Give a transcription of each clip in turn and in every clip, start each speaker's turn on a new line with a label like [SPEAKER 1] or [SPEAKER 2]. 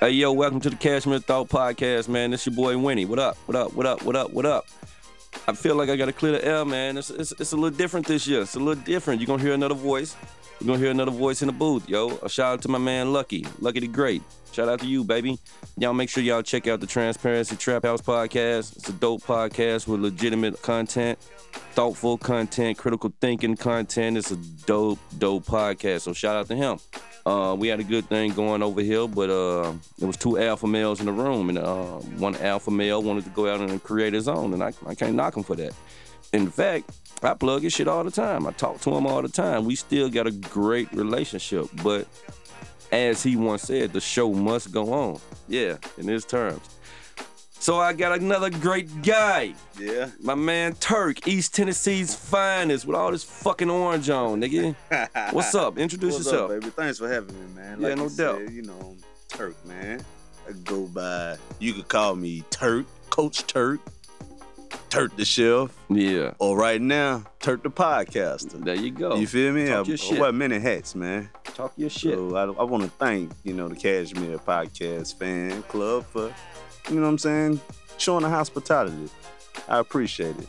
[SPEAKER 1] Hey yo, welcome to the Cashmere Thought Podcast, man. It's your boy Winnie. What up? What up? What up? What up? What up? I feel like I got to clear the air, man. It's, it's it's a little different this year. It's a little different. You're gonna hear another voice. You're gonna hear another voice in the booth, yo. A shout out to my man Lucky, Lucky the Great. Shout out to you, baby. Y'all make sure y'all check out the Transparency Trap House podcast. It's a dope podcast with legitimate content, thoughtful content, critical thinking content. It's a dope, dope podcast. So shout out to him. Uh, we had a good thing going over here, but uh, there was two alpha males in the room, and uh, one alpha male wanted to go out and create his own, and I, I can't knock him for that. In fact, I plug his shit all the time. I talk to him all the time. We still got a great relationship, but as he once said, the show must go on. Yeah, in his terms. So I got another great guy,
[SPEAKER 2] Yeah.
[SPEAKER 1] my man Turk, East Tennessee's finest, with all this fucking orange on, nigga. What's up? Introduce
[SPEAKER 2] What's
[SPEAKER 1] yourself.
[SPEAKER 2] up, baby? Thanks for having me, man.
[SPEAKER 1] Yeah,
[SPEAKER 2] Like
[SPEAKER 1] no
[SPEAKER 2] you
[SPEAKER 1] doubt.
[SPEAKER 2] said, you know, I'm Turk, man. I go by. You could call me Turk, Coach Turk, Turk the Chef,
[SPEAKER 1] yeah,
[SPEAKER 2] or right now Turk the Podcaster.
[SPEAKER 1] there you go.
[SPEAKER 2] You feel me?
[SPEAKER 1] Talk
[SPEAKER 2] I,
[SPEAKER 1] your shit.
[SPEAKER 2] I wear many hats, man.
[SPEAKER 1] Talk your shit.
[SPEAKER 2] So I, I want to thank you know the Cashmere Podcast Fan Club for you know what I'm saying showing the hospitality. I appreciate it.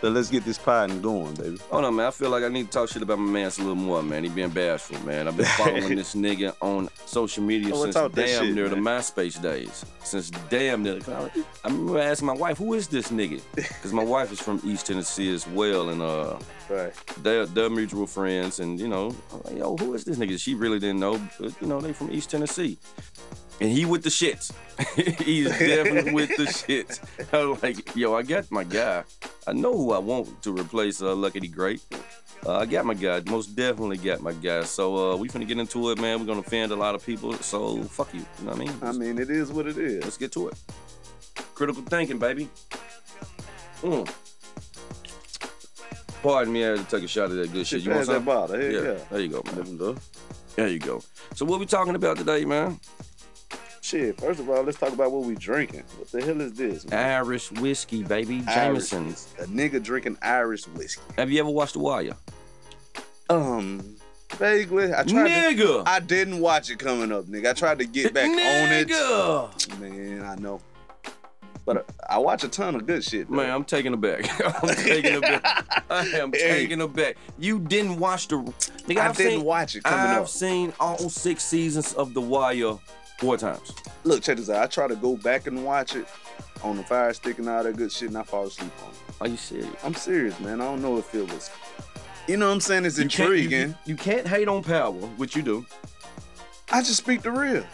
[SPEAKER 2] So let's get this pod and going, baby.
[SPEAKER 1] Hold on, man. I feel like I need to talk shit about my man a little more, man. He being bashful, man. I've been following this nigga on social media
[SPEAKER 2] Oh, well,
[SPEAKER 1] since
[SPEAKER 2] talk that
[SPEAKER 1] damn
[SPEAKER 2] shit,
[SPEAKER 1] near the
[SPEAKER 2] man.
[SPEAKER 1] MySpace days. Since damn near. 'cause I I remember asking my wife, "Who is this nigga?" Because my wife is from East Tennessee as well, and uh,
[SPEAKER 2] Right.
[SPEAKER 1] they're, they're mutual friends, and you know, I'm like, yo, who is this nigga? She really didn't know, but you know, they from East Tennessee. And he with the shits. He's definitely with the shits. I was like, yo, I got my guy. I know who I want to replace uh, Lucky the Great. Uh, I got my guy. Most definitely got my guy. So uh, we finna get into it, man. We're gonna offend a lot of people. So fuck you. You know what I mean?
[SPEAKER 2] I mean, it is what it is.
[SPEAKER 1] Let's get to it. Critical thinking, baby. Mm. Pardon me, I had to take a shot of that good shit. You want
[SPEAKER 2] Pass that
[SPEAKER 1] some?
[SPEAKER 2] bottle. Hell yeah.
[SPEAKER 1] There you go, man.
[SPEAKER 2] Let 'em go.
[SPEAKER 1] There you go. So what we talking about today, man?
[SPEAKER 2] Shit, first of all, let's talk about what we drinking. What the hell is this? man?
[SPEAKER 1] Irish whiskey, baby.
[SPEAKER 2] Irish.
[SPEAKER 1] Jameson's.
[SPEAKER 2] A nigga drinking Irish whiskey.
[SPEAKER 1] Have you ever watched The Wire?
[SPEAKER 2] Um, vaguely. I tried. To,
[SPEAKER 1] Nigga.
[SPEAKER 2] I didn't watch it coming up, nigga. I tried to get back on
[SPEAKER 1] Nigga.
[SPEAKER 2] it. Man, I know. But uh, I, I watch a ton of good shit. though.
[SPEAKER 1] Man, I'm taking it back. I'm taking it back. I am
[SPEAKER 2] Hey.
[SPEAKER 1] taking it back. You didn't watch the. Nigga,
[SPEAKER 2] I
[SPEAKER 1] have
[SPEAKER 2] didn't
[SPEAKER 1] seen,
[SPEAKER 2] watch it coming
[SPEAKER 1] I've
[SPEAKER 2] up.
[SPEAKER 1] seen all six seasons of The Wire four times.
[SPEAKER 2] Look, check this out. I try to go back and watch it on the fire stick and all that good shit, and I fall asleep on it.
[SPEAKER 1] Are you serious?
[SPEAKER 2] I'm serious, man. I don't know if it was. You know what I'm saying? It's
[SPEAKER 1] You can't- you-
[SPEAKER 2] intriguing.
[SPEAKER 1] You, can't hate on power, which you do.
[SPEAKER 2] I just speak the real.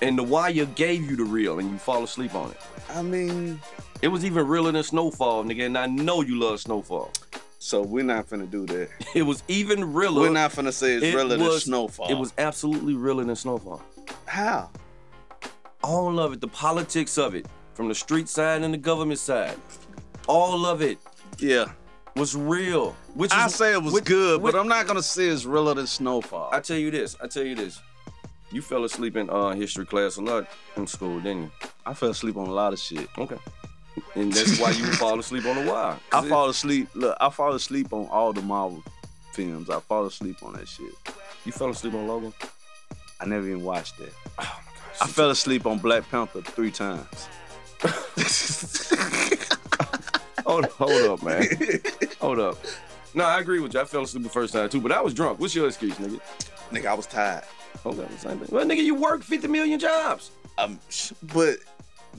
[SPEAKER 1] And the wire gave you the real, and you fall asleep on it.
[SPEAKER 2] I mean,
[SPEAKER 1] It was even realer than Snowfall, nigga. And I know you love Snowfall.
[SPEAKER 2] so we're not finna do that.
[SPEAKER 1] It was even realer.
[SPEAKER 2] We're not finna say it's
[SPEAKER 1] it
[SPEAKER 2] relative to
[SPEAKER 1] was-
[SPEAKER 2] snowfall.
[SPEAKER 1] It was absolutely realer than Snowfall.
[SPEAKER 2] how?
[SPEAKER 1] All of it, the politics of it, from the street side and the government side, all of it
[SPEAKER 2] Yeah,
[SPEAKER 1] was real. Which
[SPEAKER 2] I
[SPEAKER 1] is,
[SPEAKER 2] say it was
[SPEAKER 1] which-
[SPEAKER 2] good,
[SPEAKER 1] which-
[SPEAKER 2] but I'm not gonna say it's relative to snowfall.
[SPEAKER 1] I tell you this. I tell you this. You fell asleep in uh, history class a lot in school, didn't you?
[SPEAKER 2] I fell asleep on a lot of shit.
[SPEAKER 1] Okay. And that's why you fall asleep on the wire.
[SPEAKER 2] I fall asleep. Look, I fall asleep on all the Marvel films. I fall asleep on that shit.
[SPEAKER 1] You fell asleep on Logan.
[SPEAKER 2] I never even watched that.
[SPEAKER 1] Oh my gosh.
[SPEAKER 2] I fell asleep on Black Panther three times.
[SPEAKER 1] Hold, hold up, man. Hold up. No, I agree with you. I fell asleep the first time too, but I was drunk. What's your excuse, nigga?
[SPEAKER 2] Nigga, I was tired.
[SPEAKER 1] Hold up, same thing. Well, nigga, you work 50 million jobs.
[SPEAKER 2] Um, sh- but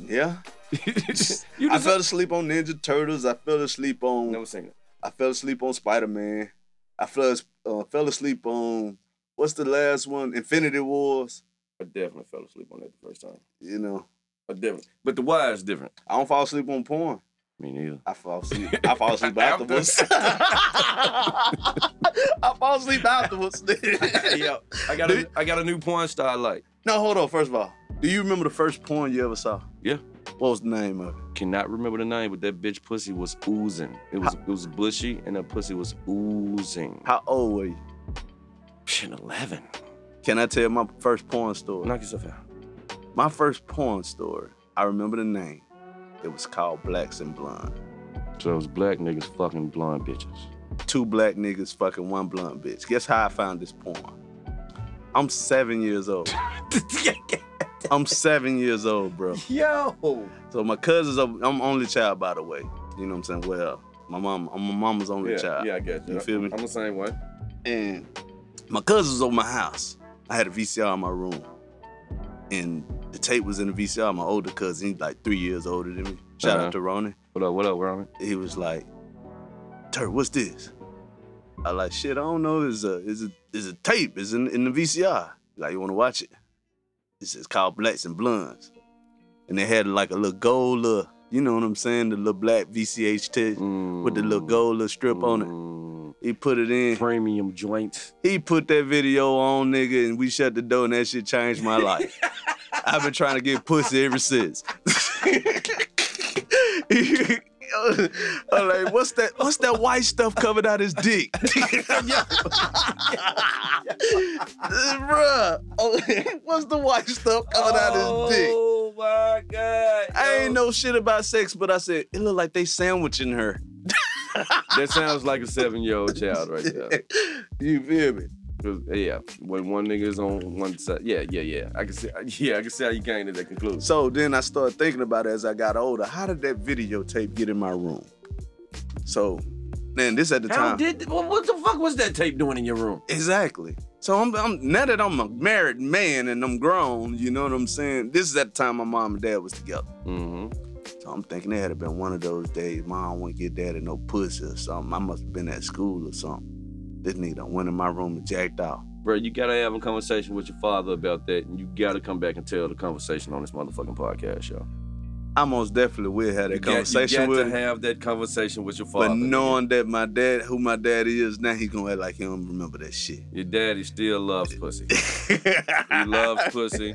[SPEAKER 2] yeah,
[SPEAKER 1] you just
[SPEAKER 2] I fell asleep on Ninja Turtles. I fell asleep on.
[SPEAKER 1] never seen it.
[SPEAKER 2] I fell asleep on Spider Man. I fell, uh, fell asleep on what's the last one? Infinity Wars.
[SPEAKER 1] I definitely fell asleep on that the first time.
[SPEAKER 2] You know,
[SPEAKER 1] I definitely. But the why is different.
[SPEAKER 2] I don't fall asleep on porn.
[SPEAKER 1] Me neither.
[SPEAKER 2] I fall asleep. I fall asleep afterwards.
[SPEAKER 1] After-
[SPEAKER 2] I fall asleep afterwards.
[SPEAKER 1] yeah, I got a, I got a new porn star I like.
[SPEAKER 2] No, hold on. First of all, do you remember the first porn you ever saw?
[SPEAKER 1] Yeah.
[SPEAKER 2] What was the name of it?
[SPEAKER 1] Cannot remember the name, but that bitch pussy was oozing. It was it was bushy, and that pussy was oozing.
[SPEAKER 2] How old were you?
[SPEAKER 1] Shit, eleven.
[SPEAKER 2] Can I tell my first porn story?
[SPEAKER 1] Knock yourself out.
[SPEAKER 2] My first porn story. I remember the name. It was called Blacks and Blonde.
[SPEAKER 1] So it was black niggas fucking blonde bitches.
[SPEAKER 2] two black niggas fucking one blunt bitch. Guess how I found this porn? I'm seven years old. I'm seven years old, bro.
[SPEAKER 1] Yo.
[SPEAKER 2] So my cousins, are, I'm only child, by the way. You know what I'm saying? Well, my mom, I'm my mama's only
[SPEAKER 1] Yeah,
[SPEAKER 2] child.
[SPEAKER 1] yeah, I get you.
[SPEAKER 2] You feel me?
[SPEAKER 1] I'm the same way.
[SPEAKER 2] And my cousins was over my house. I had a VCR in my room, and the tape was in the VCR. My older cousin, he's like three years older than me. Shout
[SPEAKER 1] Uh-huh.
[SPEAKER 2] out to Ronnie.
[SPEAKER 1] What up? What up, Ronnie?
[SPEAKER 2] He was like, "Turk, what's this?" I like, "Shit, I don't know. Is a is a is a tape? Is in in the VCR? He Like, you want to watch it?" It says called Blacks and Blunts, and they had like a little gold, little, you know what I'm saying, the little black VCH tape
[SPEAKER 1] Mm-hmm.
[SPEAKER 2] with the little gold little strip on it.
[SPEAKER 1] on
[SPEAKER 2] He put it in.
[SPEAKER 1] Mm, Premium joints.
[SPEAKER 2] He put that video on, nigga, and we shut the door, and that shit changed my life. I've been trying to get pussy ever since. I'm like, what's that? What's that white stuff coming out his dick, bruh? oh, what's the white stuff coming out his dick?
[SPEAKER 1] Oh my god.
[SPEAKER 2] I ain't
[SPEAKER 1] yo.
[SPEAKER 2] know shit about sex, but I said it looked like they sandwiching her.
[SPEAKER 1] That sounds like a seven-year-old child right there.
[SPEAKER 2] you feel me?
[SPEAKER 1] 'Cause, Yeah, when one nigga is on one side, yeah, yeah, yeah. I can see, yeah, I can see how you came to that conclusion.
[SPEAKER 2] So then I started thinking about it as I got older. How did that videotape get in my room? So, man, this at the
[SPEAKER 1] How
[SPEAKER 2] time.
[SPEAKER 1] did what, what the fuck was that tape doing in your room?
[SPEAKER 2] exactly. So I'm, I'm now that I'm a married man and I'm grown, you know what I'm saying? This is at the time my mom and dad was together.
[SPEAKER 1] Mm-hmm.
[SPEAKER 2] So I'm thinking it had to been one of those days. Mom wouldn't get daddy no pussy or something. I must have been at school or something. This nigga done went in my room and jacked off.
[SPEAKER 1] Bro, you gotta have a conversation with your father about that, and you gotta come back and tell the conversation on this motherfucking podcast, yo.
[SPEAKER 2] I most definitely will have that
[SPEAKER 1] You got-
[SPEAKER 2] conversation
[SPEAKER 1] you got
[SPEAKER 2] with
[SPEAKER 1] to
[SPEAKER 2] him.
[SPEAKER 1] have that conversation with your father.
[SPEAKER 2] but
[SPEAKER 1] nigga.
[SPEAKER 2] knowing that my dad, who my dad is, now he gonna act like he don't remember that shit.
[SPEAKER 1] your daddy still loves pussy. He
[SPEAKER 2] he
[SPEAKER 1] loves pussy.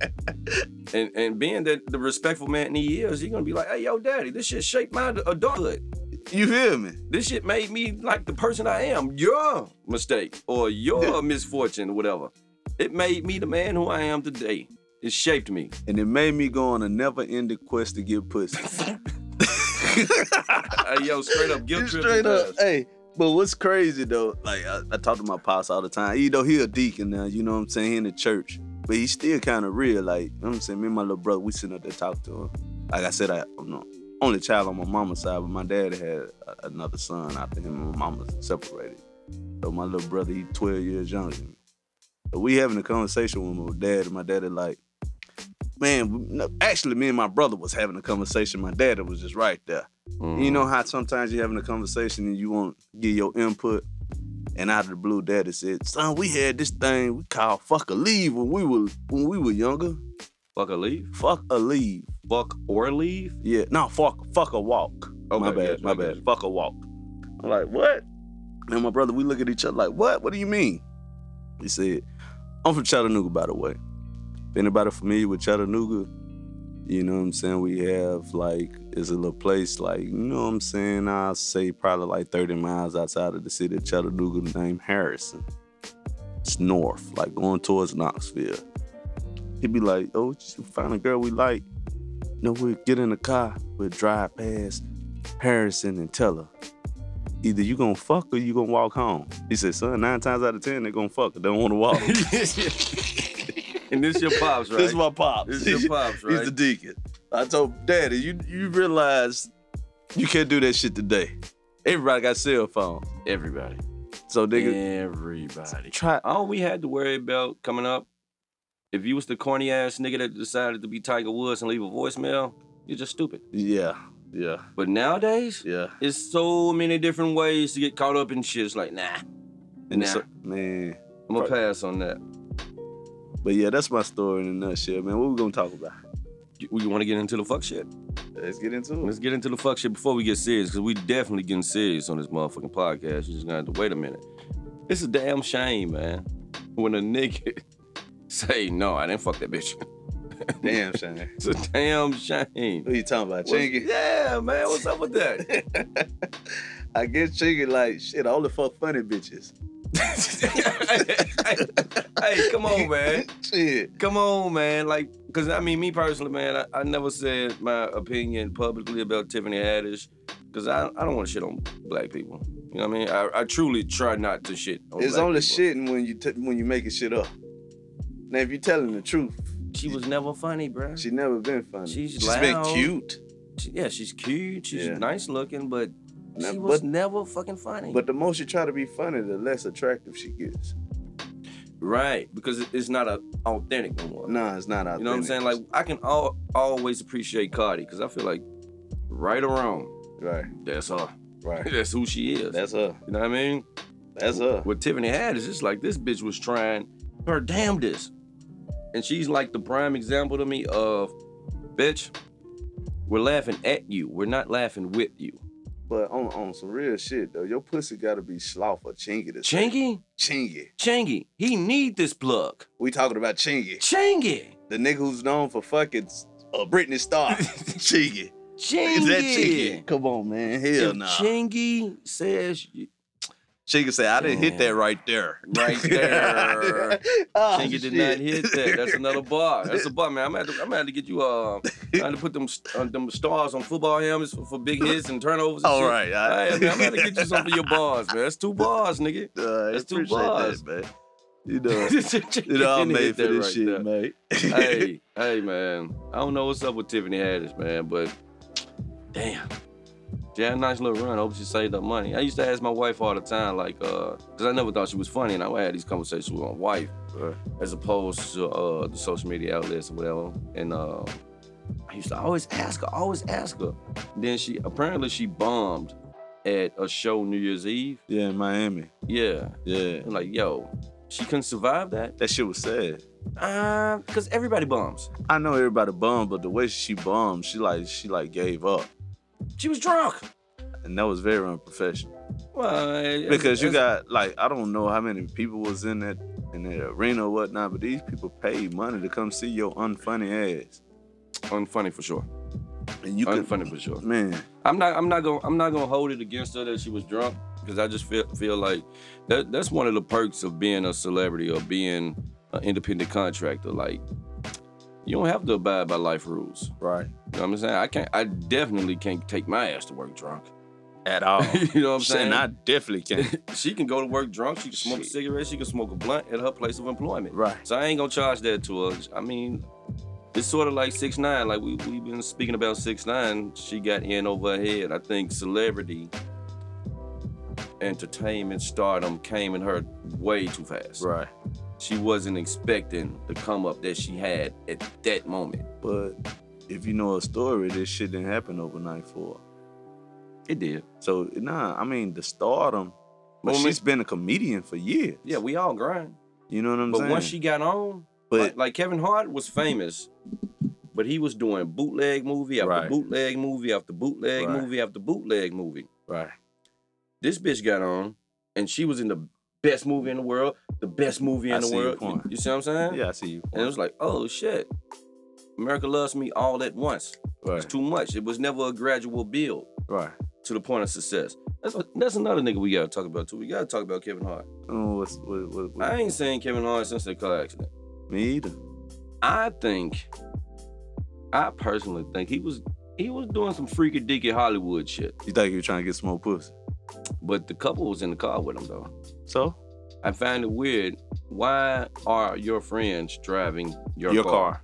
[SPEAKER 1] And and being that the respectful man he is, you're gonna be like, hey yo, daddy, this shit shaped my adulthood.
[SPEAKER 2] You feel me?
[SPEAKER 1] This shit made me like the person I am. Your mistake or your
[SPEAKER 2] Yeah.
[SPEAKER 1] misfortune or whatever. It made me the man who I am today. It shaped me.
[SPEAKER 2] And it made me go on a never-ending quest to get pussy.
[SPEAKER 1] hey yo, straight up guilt trip.
[SPEAKER 2] Straight up, hey. But what's crazy though, like I, I talk to my pops all the time. You know, he a deacon now, you know what I'm saying, he in the church. But he's still kind of real, like, you know what I'm saying? Me and my little brother, we sitting up there talking to him. Like I said, I, I'm the only child on my mama's side, but my dad had a- another son after him and my mama separated. So my little brother, he 12 years younger than me. But we having a conversation with my dad, and my dad is like, man, we- no, actually, me and my brother was having a conversation. My dad was just right there.
[SPEAKER 1] Mm.
[SPEAKER 2] You know how sometimes you're having a conversation and you want to get your input, and out of the blue, daddy said, "Son, we had this thing we called fuck a leave when we were when we were younger.
[SPEAKER 1] fuck a leave.
[SPEAKER 2] Fuck a leave.
[SPEAKER 1] Fuck or leave.
[SPEAKER 2] Yeah, no, fuck fuck a walk. Oh my
[SPEAKER 1] Okay,
[SPEAKER 2] bad,
[SPEAKER 1] gotcha,
[SPEAKER 2] my
[SPEAKER 1] I
[SPEAKER 2] bad.
[SPEAKER 1] gotcha.
[SPEAKER 2] Fuck a walk. I'm like, what? And my brother, we look at each other like, what? What do you mean? He said, I'm from Chattanooga, by the way. If anybody familiar with Chattanooga, you know what I'm saying? We have like, it's a little place like, you know what I'm saying? I'll say probably like 30 miles outside of the city of Chattanooga named Harrison. It's north, like going towards Knoxville. He'd be like, oh, just find a girl we like. No, we'll get in the car, we'll drive past Harrison and tell her. Either you gonna fuck or you gonna walk home. He said, son, nine times out of ten, they gonna fuck. They don't wanna walk.
[SPEAKER 1] and this your pops, right?
[SPEAKER 2] This is my pops.
[SPEAKER 1] This is your pops, right?
[SPEAKER 2] He's the deacon. I told Daddy, you you realize you can't do that shit today. Everybody got cell phone.
[SPEAKER 1] Everybody.
[SPEAKER 2] So nigga,
[SPEAKER 1] Everybody.
[SPEAKER 2] try
[SPEAKER 1] All we had to worry about coming up, if you was the corny ass nigga that decided to be Tiger Woods and leave a voicemail, you're just stupid.
[SPEAKER 2] Yeah. Yeah.
[SPEAKER 1] But nowadays,
[SPEAKER 2] Yeah.
[SPEAKER 1] it's so many different ways to get caught up in shit. It's like, nah,
[SPEAKER 2] And
[SPEAKER 1] Nah.
[SPEAKER 2] so, man.
[SPEAKER 1] I'm gonna
[SPEAKER 2] Right.
[SPEAKER 1] pass on that.
[SPEAKER 2] But yeah, that's my story in a nutshell, man. What we gonna talk about?
[SPEAKER 1] You, want to get into the fuck shit?
[SPEAKER 2] Let's get into
[SPEAKER 1] Let's get into the fuck shit before we get serious, because we definitely getting serious on this motherfucking podcast. You just gonna have to wait a minute. It's a damn shame, man. When a nigga say no, I didn't fuck that bitch.
[SPEAKER 2] Damn, Shane.
[SPEAKER 1] It's a damn shame.
[SPEAKER 2] Who you talking about?
[SPEAKER 1] What's-
[SPEAKER 2] Chingy?
[SPEAKER 1] Yeah, man. What's up with that?
[SPEAKER 2] I guess Chingy like shit, all the fuck funny bitches.
[SPEAKER 1] hey, hey, hey, come on, man.
[SPEAKER 2] Shit.
[SPEAKER 1] Come on, man. Like, cause I mean, me personally, man, I, I never said my opinion publicly about Tiffany Haddish, cause I, I don't want to shit on black people. You know what I mean? I, I truly try not to shit. On
[SPEAKER 2] It's
[SPEAKER 1] black
[SPEAKER 2] only
[SPEAKER 1] people.
[SPEAKER 2] shitting when you t- when you making shit up. Now if you telling the truth,
[SPEAKER 1] she was never funny, bro.
[SPEAKER 2] She never been funny.
[SPEAKER 1] She's
[SPEAKER 3] She's
[SPEAKER 1] loud.
[SPEAKER 3] been cute.
[SPEAKER 1] She- yeah, she's cute. She's
[SPEAKER 2] Yeah.
[SPEAKER 1] nice looking, but
[SPEAKER 2] Nah,
[SPEAKER 1] she was
[SPEAKER 2] but-
[SPEAKER 1] never fucking funny.
[SPEAKER 2] But the more she try to be funny, the less attractive she gets.
[SPEAKER 1] right, because it- it's not a authentic no more.
[SPEAKER 2] Nah, it's not out
[SPEAKER 1] You know what I'm saying? Like I can all, always appreciate Cardi because I feel like, right or wrong,
[SPEAKER 2] right,
[SPEAKER 1] that's her.
[SPEAKER 2] right.
[SPEAKER 1] That's who she is.
[SPEAKER 2] That's her.
[SPEAKER 1] you know what I mean?
[SPEAKER 2] That's her.
[SPEAKER 1] What Tiffany had is just like this bitch was trying her damnedest, and she's like the prime example to me of, bitch, we're laughing at you. We're not laughing with you.
[SPEAKER 2] But on, on some real shit though, your pussy gotta be sloth or chingy. to-
[SPEAKER 1] Chingy,
[SPEAKER 2] Chingy.
[SPEAKER 1] Chingy, he need this plug.
[SPEAKER 2] We talking about chingy.
[SPEAKER 1] Chingy,
[SPEAKER 2] The nigga who's known for fucking s- uh, Britney Star. chingy. Is
[SPEAKER 1] Chingy.
[SPEAKER 2] that chingy? Come on, man. Hell
[SPEAKER 1] If
[SPEAKER 2] no. Nah.
[SPEAKER 1] Chingy says
[SPEAKER 2] Chingy say I didn't hit
[SPEAKER 1] Man.
[SPEAKER 2] that right there.
[SPEAKER 1] right there.
[SPEAKER 2] Oh,
[SPEAKER 1] Chingy
[SPEAKER 2] shit.
[SPEAKER 1] did not hit that. That's another bar. That's a bar, man. I'm gonna have to, I'm gonna have to get you uh, trying to put them st- uh, them stars on football helmets for, for big hits and turnovers. And
[SPEAKER 2] All
[SPEAKER 1] shit.
[SPEAKER 2] right.
[SPEAKER 1] All
[SPEAKER 2] I,
[SPEAKER 1] right, man, I'm gonna have to get you some of your bars, man. That's two bars, nigga.
[SPEAKER 2] Uh, I
[SPEAKER 1] That's two
[SPEAKER 2] appreciate
[SPEAKER 1] bars.
[SPEAKER 2] that, man. You know, you
[SPEAKER 1] you
[SPEAKER 2] know I'm made for this shit, mate.
[SPEAKER 1] hey, hey, man. I don't know what's up with Tiffany Haddish, man, but damn. She had a nice little run. I hope she saved up money. I used to ask my wife all the time, like, uh, because I never thought she was funny, and I would have these conversations with my wife,
[SPEAKER 2] Right.
[SPEAKER 1] as opposed to uh, the social media outlets or whatever. And uh, I used to always ask her, always ask her. Then she apparently she bombed at a show New Year's Eve.
[SPEAKER 2] Yeah, in Miami.
[SPEAKER 1] Yeah,
[SPEAKER 2] Yeah.
[SPEAKER 1] and like, yo, she couldn't survive that,
[SPEAKER 2] That shit was sad.
[SPEAKER 1] uh, because everybody bombs.
[SPEAKER 2] I know everybody bummed, but the way she bummed, she like she like gave up.
[SPEAKER 1] She was drunk.
[SPEAKER 2] And that was very unprofessional.
[SPEAKER 1] Well, it-
[SPEAKER 2] Because you
[SPEAKER 1] it's-
[SPEAKER 2] got like I don't know how many people was in that in that arena or whatnot, but these people paid money to come see your unfunny ass.
[SPEAKER 1] unfunny for sure.
[SPEAKER 2] And you could
[SPEAKER 1] Unfunny for sure.
[SPEAKER 2] man,
[SPEAKER 1] I'm not. I'm not gonna. I'm not gonna hold it against her that she was drunk because I just feel feel like that. That's one of the perks of being a celebrity or being an independent contractor. Like you don't have to abide by life rules.
[SPEAKER 2] right.
[SPEAKER 1] You know what I'm saying? I can't. I definitely can't take my ass to work drunk.
[SPEAKER 2] At all.
[SPEAKER 1] you know what I'm saying?
[SPEAKER 2] and I definitely can't.
[SPEAKER 1] she can go to work drunk. She can smoke a
[SPEAKER 2] Shit.
[SPEAKER 1] cigarette. She can smoke a blunt at her place of employment.
[SPEAKER 2] right.
[SPEAKER 1] So I ain't gonna charge that to her. I mean, it's sort of like six nine. Like we we've been speaking about six nine. She got in over her head. I think celebrity, entertainment stardom came in her way too fast.
[SPEAKER 2] Right.
[SPEAKER 1] She wasn't expecting the come up that she had at that moment.
[SPEAKER 2] But if you know a story, this shit didn't happen overnight for her.
[SPEAKER 1] It did.
[SPEAKER 2] So nah, I mean the stardom. But
[SPEAKER 1] Well,
[SPEAKER 2] she's been a comedian for years.
[SPEAKER 1] Yeah, we all grind.
[SPEAKER 2] You know what I'm
[SPEAKER 1] But
[SPEAKER 2] saying?
[SPEAKER 1] once she got on,
[SPEAKER 2] but
[SPEAKER 1] like, like Kevin Hart was famous, but he was doing bootleg movie after
[SPEAKER 2] Right.
[SPEAKER 1] bootleg movie after bootleg
[SPEAKER 2] Right.
[SPEAKER 1] movie after bootleg movie.
[SPEAKER 2] right,
[SPEAKER 1] this bitch got on and she was in the best movie in the world, the best movie in
[SPEAKER 2] I
[SPEAKER 1] the
[SPEAKER 2] see your
[SPEAKER 1] world. You,
[SPEAKER 2] point.
[SPEAKER 1] you see what I'm saying?
[SPEAKER 2] yeah, I see you.
[SPEAKER 1] And it was like, oh shit. America loves me all at once.
[SPEAKER 2] Right,
[SPEAKER 1] It's too much. It was never a gradual build
[SPEAKER 2] right.
[SPEAKER 1] to the point of success. That's what, that's another nigga we gotta talk about too. We gotta talk about Kevin Hart.
[SPEAKER 2] Oh, what's what, what, what-
[SPEAKER 1] I ain't seen Kevin Hart since the car accident.
[SPEAKER 2] me either.
[SPEAKER 1] I think, I personally think he was he was doing some freaky deaky Hollywood shit.
[SPEAKER 2] You thought you were trying to get some more pussy?
[SPEAKER 1] But the couple was in the car with him though.
[SPEAKER 2] So
[SPEAKER 1] I find it weird. Why are your friends driving your,
[SPEAKER 2] your
[SPEAKER 1] car?
[SPEAKER 2] car.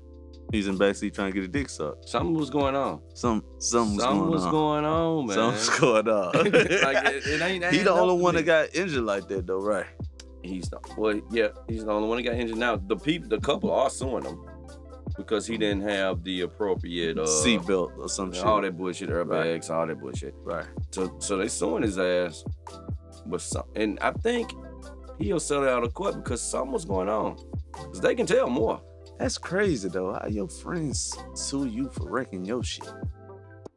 [SPEAKER 2] He's in backseat trying to get a dick sucked.
[SPEAKER 1] Something was going on.
[SPEAKER 2] Some something's
[SPEAKER 1] Something
[SPEAKER 2] going
[SPEAKER 1] was
[SPEAKER 2] on.
[SPEAKER 1] going on, man.
[SPEAKER 2] Something's going on.
[SPEAKER 1] like it, it ain't.
[SPEAKER 2] he
[SPEAKER 1] adding
[SPEAKER 2] the
[SPEAKER 1] up
[SPEAKER 2] only
[SPEAKER 1] to
[SPEAKER 2] one
[SPEAKER 1] me.
[SPEAKER 2] that got injured like that though, right?
[SPEAKER 1] He's the well, yeah. He's the only one that got injured. Now the people, the couple are suing him because he didn't have the appropriate uh,
[SPEAKER 2] Seatbelt or some shit.
[SPEAKER 1] all that bullshit, airbags, all that bullshit.
[SPEAKER 2] Right.
[SPEAKER 1] So, so they suing his ass, but some, and I think he'll settle out of court because something was going on. 'Cause they can tell more.
[SPEAKER 2] That's crazy though. How your friends sue you for wrecking your shit?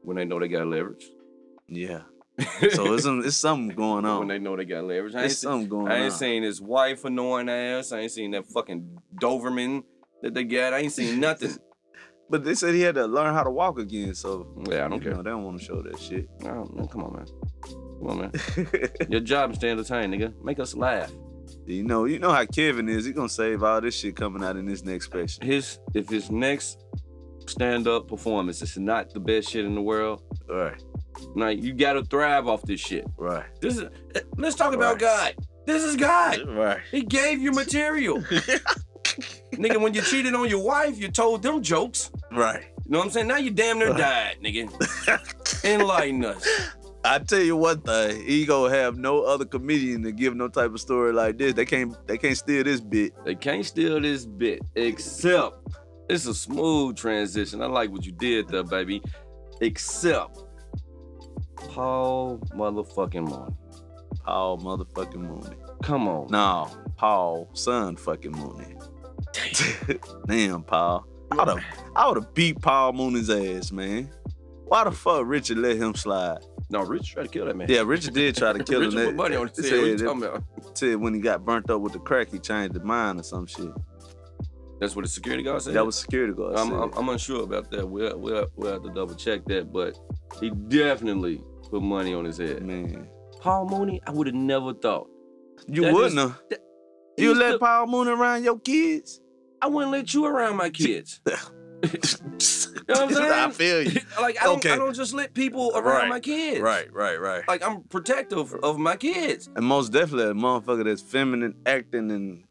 [SPEAKER 1] when they know they got leverage.
[SPEAKER 2] Yeah. So it's some, it's something going
[SPEAKER 1] When
[SPEAKER 2] on.
[SPEAKER 1] they know they got leverage. I ain't,
[SPEAKER 2] It's
[SPEAKER 1] seen,
[SPEAKER 2] something going
[SPEAKER 1] I ain't
[SPEAKER 2] on.
[SPEAKER 1] seen his wife annoying ass. I ain't seen that fucking Doberman that they got. I ain't seen nothing.
[SPEAKER 2] But they said he had to learn how to walk again, so
[SPEAKER 1] yeah, I don't
[SPEAKER 2] you
[SPEAKER 1] care.
[SPEAKER 2] know, they don't want to show that shit.
[SPEAKER 1] I don't- man, come on, man. Come on, man. Your job is to entertain, nigga. Make us laugh.
[SPEAKER 2] you know, you know how Kevin is. He gonna save all this shit coming out in this next question.
[SPEAKER 1] His if his next stand-up performance is not the best shit in the world,
[SPEAKER 2] Right,
[SPEAKER 1] like you gotta thrive off this shit.
[SPEAKER 2] right,
[SPEAKER 1] This is eh, let's talk about God. This is God.
[SPEAKER 2] right.
[SPEAKER 1] He gave you material. nigga, when you cheated on your wife, you told them jokes.
[SPEAKER 2] Right.
[SPEAKER 1] You know what I'm saying? Now you damn near died, nigga. Enlighten us.
[SPEAKER 2] I tell you what, thing, he gonna have no other comedian to give no type of story like this. They can't they can't steal this bit.
[SPEAKER 1] They can't steal this bit, except it's a smooth transition. I like what you did there, baby. Except Paul motherfucking Martin.
[SPEAKER 2] Paul motherfucking Mooney.
[SPEAKER 1] Come on.
[SPEAKER 2] No, Paul son fucking Mooney. Damn, Paul. I would've I would've beat Paul Mooney's ass, man. Why the fuck Richard let him slide?
[SPEAKER 1] No, Rich tried to kill that man.
[SPEAKER 2] Yeah, Richard did try to kill
[SPEAKER 1] Richard
[SPEAKER 2] him.
[SPEAKER 1] put money on his
[SPEAKER 2] They
[SPEAKER 1] head. What you
[SPEAKER 2] said
[SPEAKER 1] talking about?
[SPEAKER 2] said when he got burnt up with the crack, he changed his mind or some shit.
[SPEAKER 1] That's what the security guard said.
[SPEAKER 2] That was security guard.
[SPEAKER 1] I'm,
[SPEAKER 2] said.
[SPEAKER 1] I'm, I'm unsure about that. We'll, we'll, we'll have to double check that, but he definitely put money on his head.
[SPEAKER 2] man,
[SPEAKER 1] Paul Mooney, I would have never thought.
[SPEAKER 2] you
[SPEAKER 1] That
[SPEAKER 2] wouldn't have.
[SPEAKER 1] that-
[SPEAKER 2] You
[SPEAKER 1] he's
[SPEAKER 2] let
[SPEAKER 1] the-
[SPEAKER 2] Paul Mooney around your kids?
[SPEAKER 1] I wouldn't let you around my kids. You know what
[SPEAKER 2] I
[SPEAKER 1] I'm saying?
[SPEAKER 2] feel you.
[SPEAKER 1] like I don't,
[SPEAKER 2] Okay.
[SPEAKER 1] I don't just let people around
[SPEAKER 2] Right.
[SPEAKER 1] my kids.
[SPEAKER 2] Right, right, right.
[SPEAKER 1] Like I'm protective of my kids.
[SPEAKER 2] And most definitely a motherfucker that's feminine acting and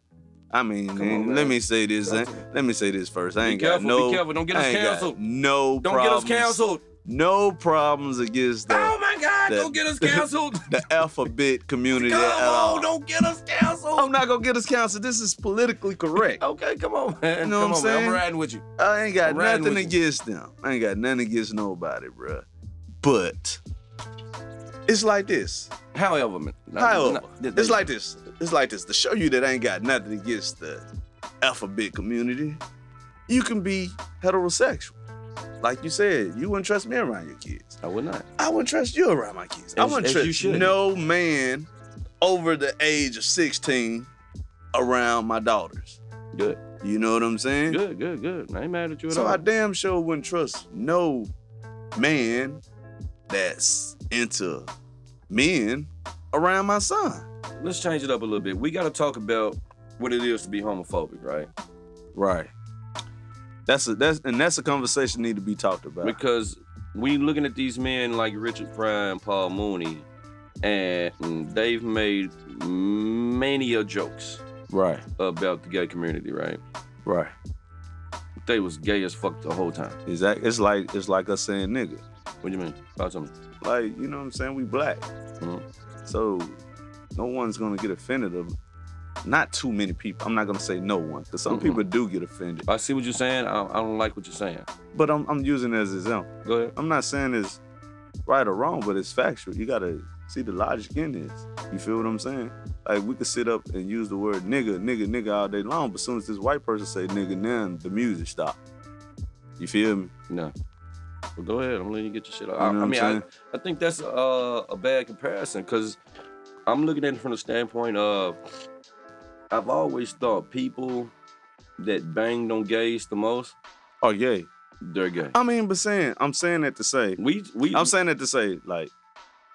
[SPEAKER 2] I mean,
[SPEAKER 1] Come
[SPEAKER 2] and
[SPEAKER 1] on,
[SPEAKER 2] let
[SPEAKER 1] man.
[SPEAKER 2] me say this. eh, Let me say this first. I
[SPEAKER 1] Be
[SPEAKER 2] ain't
[SPEAKER 1] careful,
[SPEAKER 2] got no.
[SPEAKER 1] be careful. Don't get
[SPEAKER 2] I
[SPEAKER 1] us
[SPEAKER 2] ain't got
[SPEAKER 1] canceled.
[SPEAKER 2] No
[SPEAKER 1] Don't
[SPEAKER 2] problems.
[SPEAKER 1] get us canceled.
[SPEAKER 2] No problems against
[SPEAKER 1] Oh
[SPEAKER 2] the,
[SPEAKER 1] my God,
[SPEAKER 2] that-
[SPEAKER 1] don't get us canceled.
[SPEAKER 2] the alphabet community.
[SPEAKER 1] Come
[SPEAKER 2] at all.
[SPEAKER 1] on, don't get us canceled.
[SPEAKER 2] I'm not gonna get us canceled. This is politically correct.
[SPEAKER 1] Okay, come on, man.
[SPEAKER 2] You
[SPEAKER 1] come
[SPEAKER 2] know
[SPEAKER 1] on,
[SPEAKER 2] what I'm
[SPEAKER 1] man.
[SPEAKER 2] saying?
[SPEAKER 1] I'm riding with you.
[SPEAKER 2] I ain't got
[SPEAKER 1] I'm riding
[SPEAKER 2] nothing
[SPEAKER 1] with you.
[SPEAKER 2] against them. I ain't got nothing against nobody, bruh. But it's like this.
[SPEAKER 1] However, man. no,
[SPEAKER 2] However,
[SPEAKER 1] no, th-
[SPEAKER 2] it's like this. It's like this. To show you that I ain't got nothing against the alphabet community, you can be heterosexual. Like you said, you wouldn't trust me around your kids.
[SPEAKER 1] I would not.
[SPEAKER 2] I wouldn't trust you around my kids. I
[SPEAKER 1] As-
[SPEAKER 2] wouldn't
[SPEAKER 1] as you
[SPEAKER 2] trust
[SPEAKER 1] should.
[SPEAKER 2] no man over the age of 16 around my daughters.
[SPEAKER 1] Good,
[SPEAKER 2] You know what I'm saying?
[SPEAKER 1] good, good, good. I ain't mad at you at
[SPEAKER 2] So
[SPEAKER 1] all.
[SPEAKER 2] I damn sure wouldn't trust no man that's into men around my son.
[SPEAKER 1] Let's change it up a little bit. We got to talk about what it is to be homophobic, right?
[SPEAKER 2] Right. That's a that's and that's a conversation need to be talked about.
[SPEAKER 1] Because we looking at these men like Richard Pryor and Paul Mooney, and they've made many a jokes
[SPEAKER 2] right,
[SPEAKER 1] about the gay community, right?
[SPEAKER 2] right.
[SPEAKER 1] They was gay as fuck the whole time.
[SPEAKER 2] Exactly. It's like it's like us saying nigga.
[SPEAKER 1] What do you mean? About something?
[SPEAKER 2] Like, you know what I'm saying? We black.
[SPEAKER 1] Mhm.
[SPEAKER 2] So no one's gonna get offended of not too many people. I'm not gonna say no one, because some
[SPEAKER 1] Mhm.
[SPEAKER 2] people do get offended.
[SPEAKER 1] I see what you're saying. I, I don't like what you're saying.
[SPEAKER 2] But I'm I'm using it as an example.
[SPEAKER 1] Go ahead.
[SPEAKER 2] I'm not saying it's right or wrong, but it's factual. You gotta see the logic in this. You feel what I'm saying? Like we could sit up and use the word nigga, nigga, nigga all day long, but soon as this white person say nigga, then the music stop. You feel me?
[SPEAKER 1] No. Well, go ahead. I'm letting you get your shit out.
[SPEAKER 2] You know
[SPEAKER 1] I, I
[SPEAKER 2] what
[SPEAKER 1] mean,
[SPEAKER 2] I'm
[SPEAKER 1] I, I think that's uh, a bad comparison because I'm looking at it from the standpoint of I've always thought people that banged on gays the most,
[SPEAKER 2] Oh yeah.
[SPEAKER 1] they're gay.
[SPEAKER 2] I mean, but saying I'm saying that to say
[SPEAKER 1] We we
[SPEAKER 2] I'm saying that to say like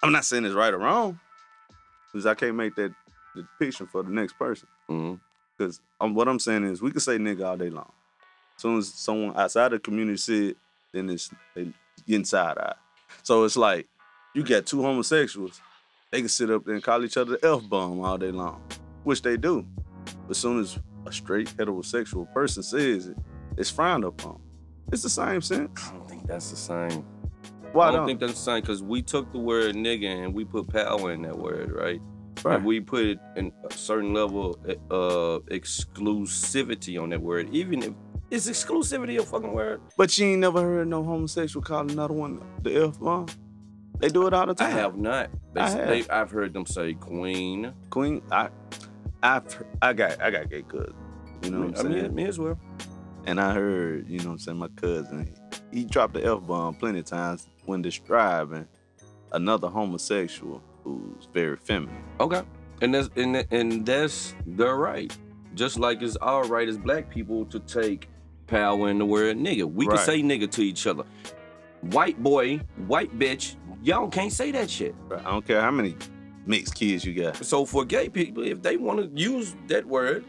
[SPEAKER 2] I'm not saying it's right or wrong, because I can't make that the depiction for the next person.
[SPEAKER 1] Mhm.
[SPEAKER 2] Because um, what I'm saying is, we could say nigga all day long. As soon as someone outside the community see it, then it's they getting side eye. So it's like you got two homosexuals, they can sit up there and call each other the f bomb all day long, which they do. But as soon as a straight heterosexual person says it, it's frowned upon. It's the same sense.
[SPEAKER 1] I don't think that's the same.
[SPEAKER 2] Why
[SPEAKER 1] I don't think that's the same because we took the word nigga and we put power in that word, right? And we put it in a certain level eh, of exclusivity on that word, even if it's exclusivity a fucking word.
[SPEAKER 2] But you ain't never heard no homosexual call another one the F bomb. They do it all the
[SPEAKER 1] I
[SPEAKER 2] time.
[SPEAKER 1] have not. They,
[SPEAKER 2] I have.
[SPEAKER 1] They, I've heard them say queen.
[SPEAKER 2] Queen, I I've heard- I got I got gay cousins. You know what I'm
[SPEAKER 1] I
[SPEAKER 2] saying?
[SPEAKER 1] mean, me as well.
[SPEAKER 2] and I heard, you know what I'm saying, my cousin, he dropped the F bomb plenty of times when describing another homosexual who's very feminine.
[SPEAKER 1] Okay, and that's and that- and that's their right. Just like it's our right as black people to take power in the word nigga. We
[SPEAKER 2] Right.
[SPEAKER 1] can say nigga to each other. White boy, white bitch, y'all can't say that shit.
[SPEAKER 2] Right? I don't care how many mixed kids you got.
[SPEAKER 1] So for gay people, if they want to use that word,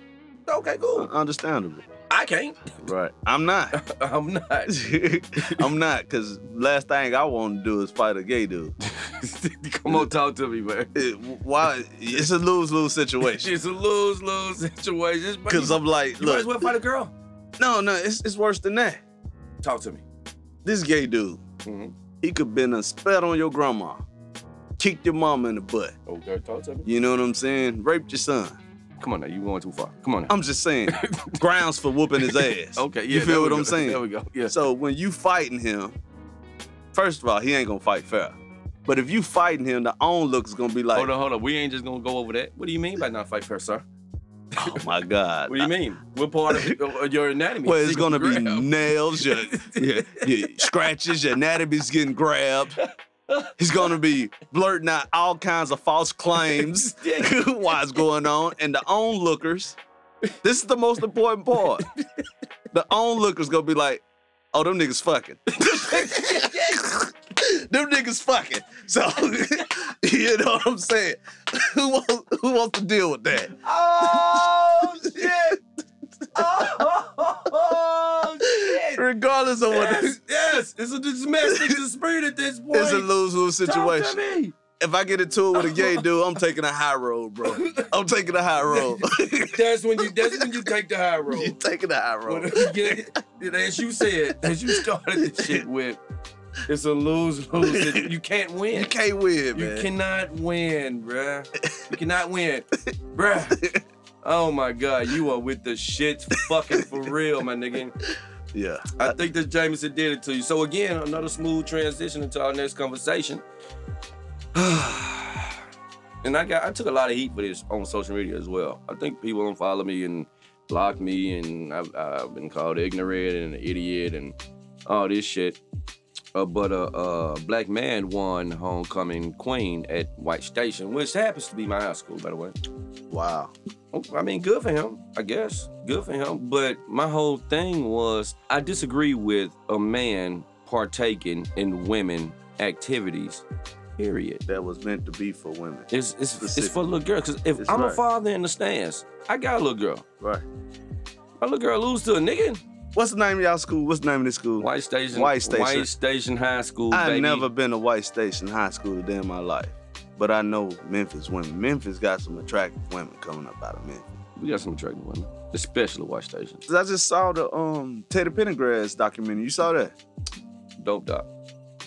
[SPEAKER 1] okay,
[SPEAKER 2] Un-
[SPEAKER 1] cool.
[SPEAKER 2] Understandable.
[SPEAKER 1] I can't.
[SPEAKER 2] Right. I'm not.
[SPEAKER 1] I'm not.
[SPEAKER 2] I'm not, cause last thing I want to do is fight a gay dude.
[SPEAKER 1] Come on, talk to me, man.
[SPEAKER 2] It, why? It's a lose lose situation.
[SPEAKER 1] It's a lose lose situation.
[SPEAKER 2] Because I'm like,
[SPEAKER 1] you might as
[SPEAKER 2] look,
[SPEAKER 1] well fight a girl.
[SPEAKER 2] no, no, it's, it's worse than that.
[SPEAKER 1] Talk to me.
[SPEAKER 2] This gay dude,
[SPEAKER 1] Mhm.
[SPEAKER 2] he could been a spat on your grandma, kicked your mama in the butt.
[SPEAKER 1] Oh, girl, talk to me.
[SPEAKER 2] You know what I'm saying? Raped your son.
[SPEAKER 1] Come on now, you going too far. Come on now.
[SPEAKER 2] I'm just saying, grounds for whooping his ass.
[SPEAKER 1] okay, yeah.
[SPEAKER 2] you
[SPEAKER 1] there
[SPEAKER 2] feel
[SPEAKER 1] we
[SPEAKER 2] what
[SPEAKER 1] go.
[SPEAKER 2] I'm saying?
[SPEAKER 1] There we go. Yeah.
[SPEAKER 2] So when you fighting him, first of all, he ain't gonna fight fair. But if you fighting him, the on look's gonna be like,
[SPEAKER 1] hold on, hold on. We ain't just gonna go over that. What do you mean by not fight fair, sir?
[SPEAKER 2] oh my god.
[SPEAKER 1] What do you mean? We're part of your- your anatomy.
[SPEAKER 2] Well, it's
[SPEAKER 1] Secret
[SPEAKER 2] gonna be
[SPEAKER 1] grab.
[SPEAKER 2] nails, your, your, your scratches, your anatomy's getting grabbed. He's gonna be blurting out all kinds of false claims while it's going on. And the onlookers, this is the most important part. The onlookers gonna be like, oh, them niggas fucking. them niggas fucking. So you know what I'm saying? Who wants, who wants to deal with that?
[SPEAKER 1] Oh shit! Oh shit!
[SPEAKER 2] Regardless of what
[SPEAKER 1] Yes, yes, it's a domestic dispute at this point.
[SPEAKER 2] it's a lose-lose situation.
[SPEAKER 1] Talk to me.
[SPEAKER 2] if I get into it with a gay dude, I'm taking a high road, bro. I'm taking a high road.
[SPEAKER 1] That's when you. That's when you take the high
[SPEAKER 2] you
[SPEAKER 1] road.
[SPEAKER 2] taking a high
[SPEAKER 1] When
[SPEAKER 2] road.
[SPEAKER 1] you get, as you said, as you started this shit with, it's a lose lose. You can't win.
[SPEAKER 2] You can't win,
[SPEAKER 1] You
[SPEAKER 2] man.
[SPEAKER 1] cannot win, bruh. You cannot win, bruh. Oh my God, you are with the shit fucking for real, my nigga.
[SPEAKER 2] Yeah.
[SPEAKER 1] I think that Jameson did it to you. So again, another smooth transition into our next conversation. and I got I took a lot of heat for this on social media as well. I think people don't follow me and block me, and I've, I've been called ignorant and an idiot and all this shit. Uh, but a uh, uh, black man won homecoming queen at White Station, which happens to be my high school, by the way.
[SPEAKER 2] Wow.
[SPEAKER 1] Oh, I mean, good for him, I guess. Good for him. But my whole thing was I disagree with a man partaking in women activities. Period.
[SPEAKER 2] That was meant to be for women.
[SPEAKER 1] It's it's, it's for
[SPEAKER 2] Specific.
[SPEAKER 1] little girl. Cause if
[SPEAKER 2] It's
[SPEAKER 1] I'm a
[SPEAKER 2] right.
[SPEAKER 1] father in the stands, I got a little girl.
[SPEAKER 2] Right.
[SPEAKER 1] My little girl lose to a nigga.
[SPEAKER 2] What's the name of y'all school? What's the name of this school?
[SPEAKER 1] White Station.
[SPEAKER 2] White Station.
[SPEAKER 1] White Station High School.
[SPEAKER 2] I've
[SPEAKER 1] baby.
[SPEAKER 2] never been to White Station High School a day in my life. But I know Memphis women. Memphis got some attractive women coming up out of Memphis.
[SPEAKER 1] We got some attractive women, especially White Station.
[SPEAKER 2] 'Cause I just saw the um Teddy Pendergrass documentary. You saw that?
[SPEAKER 1] Dope doc.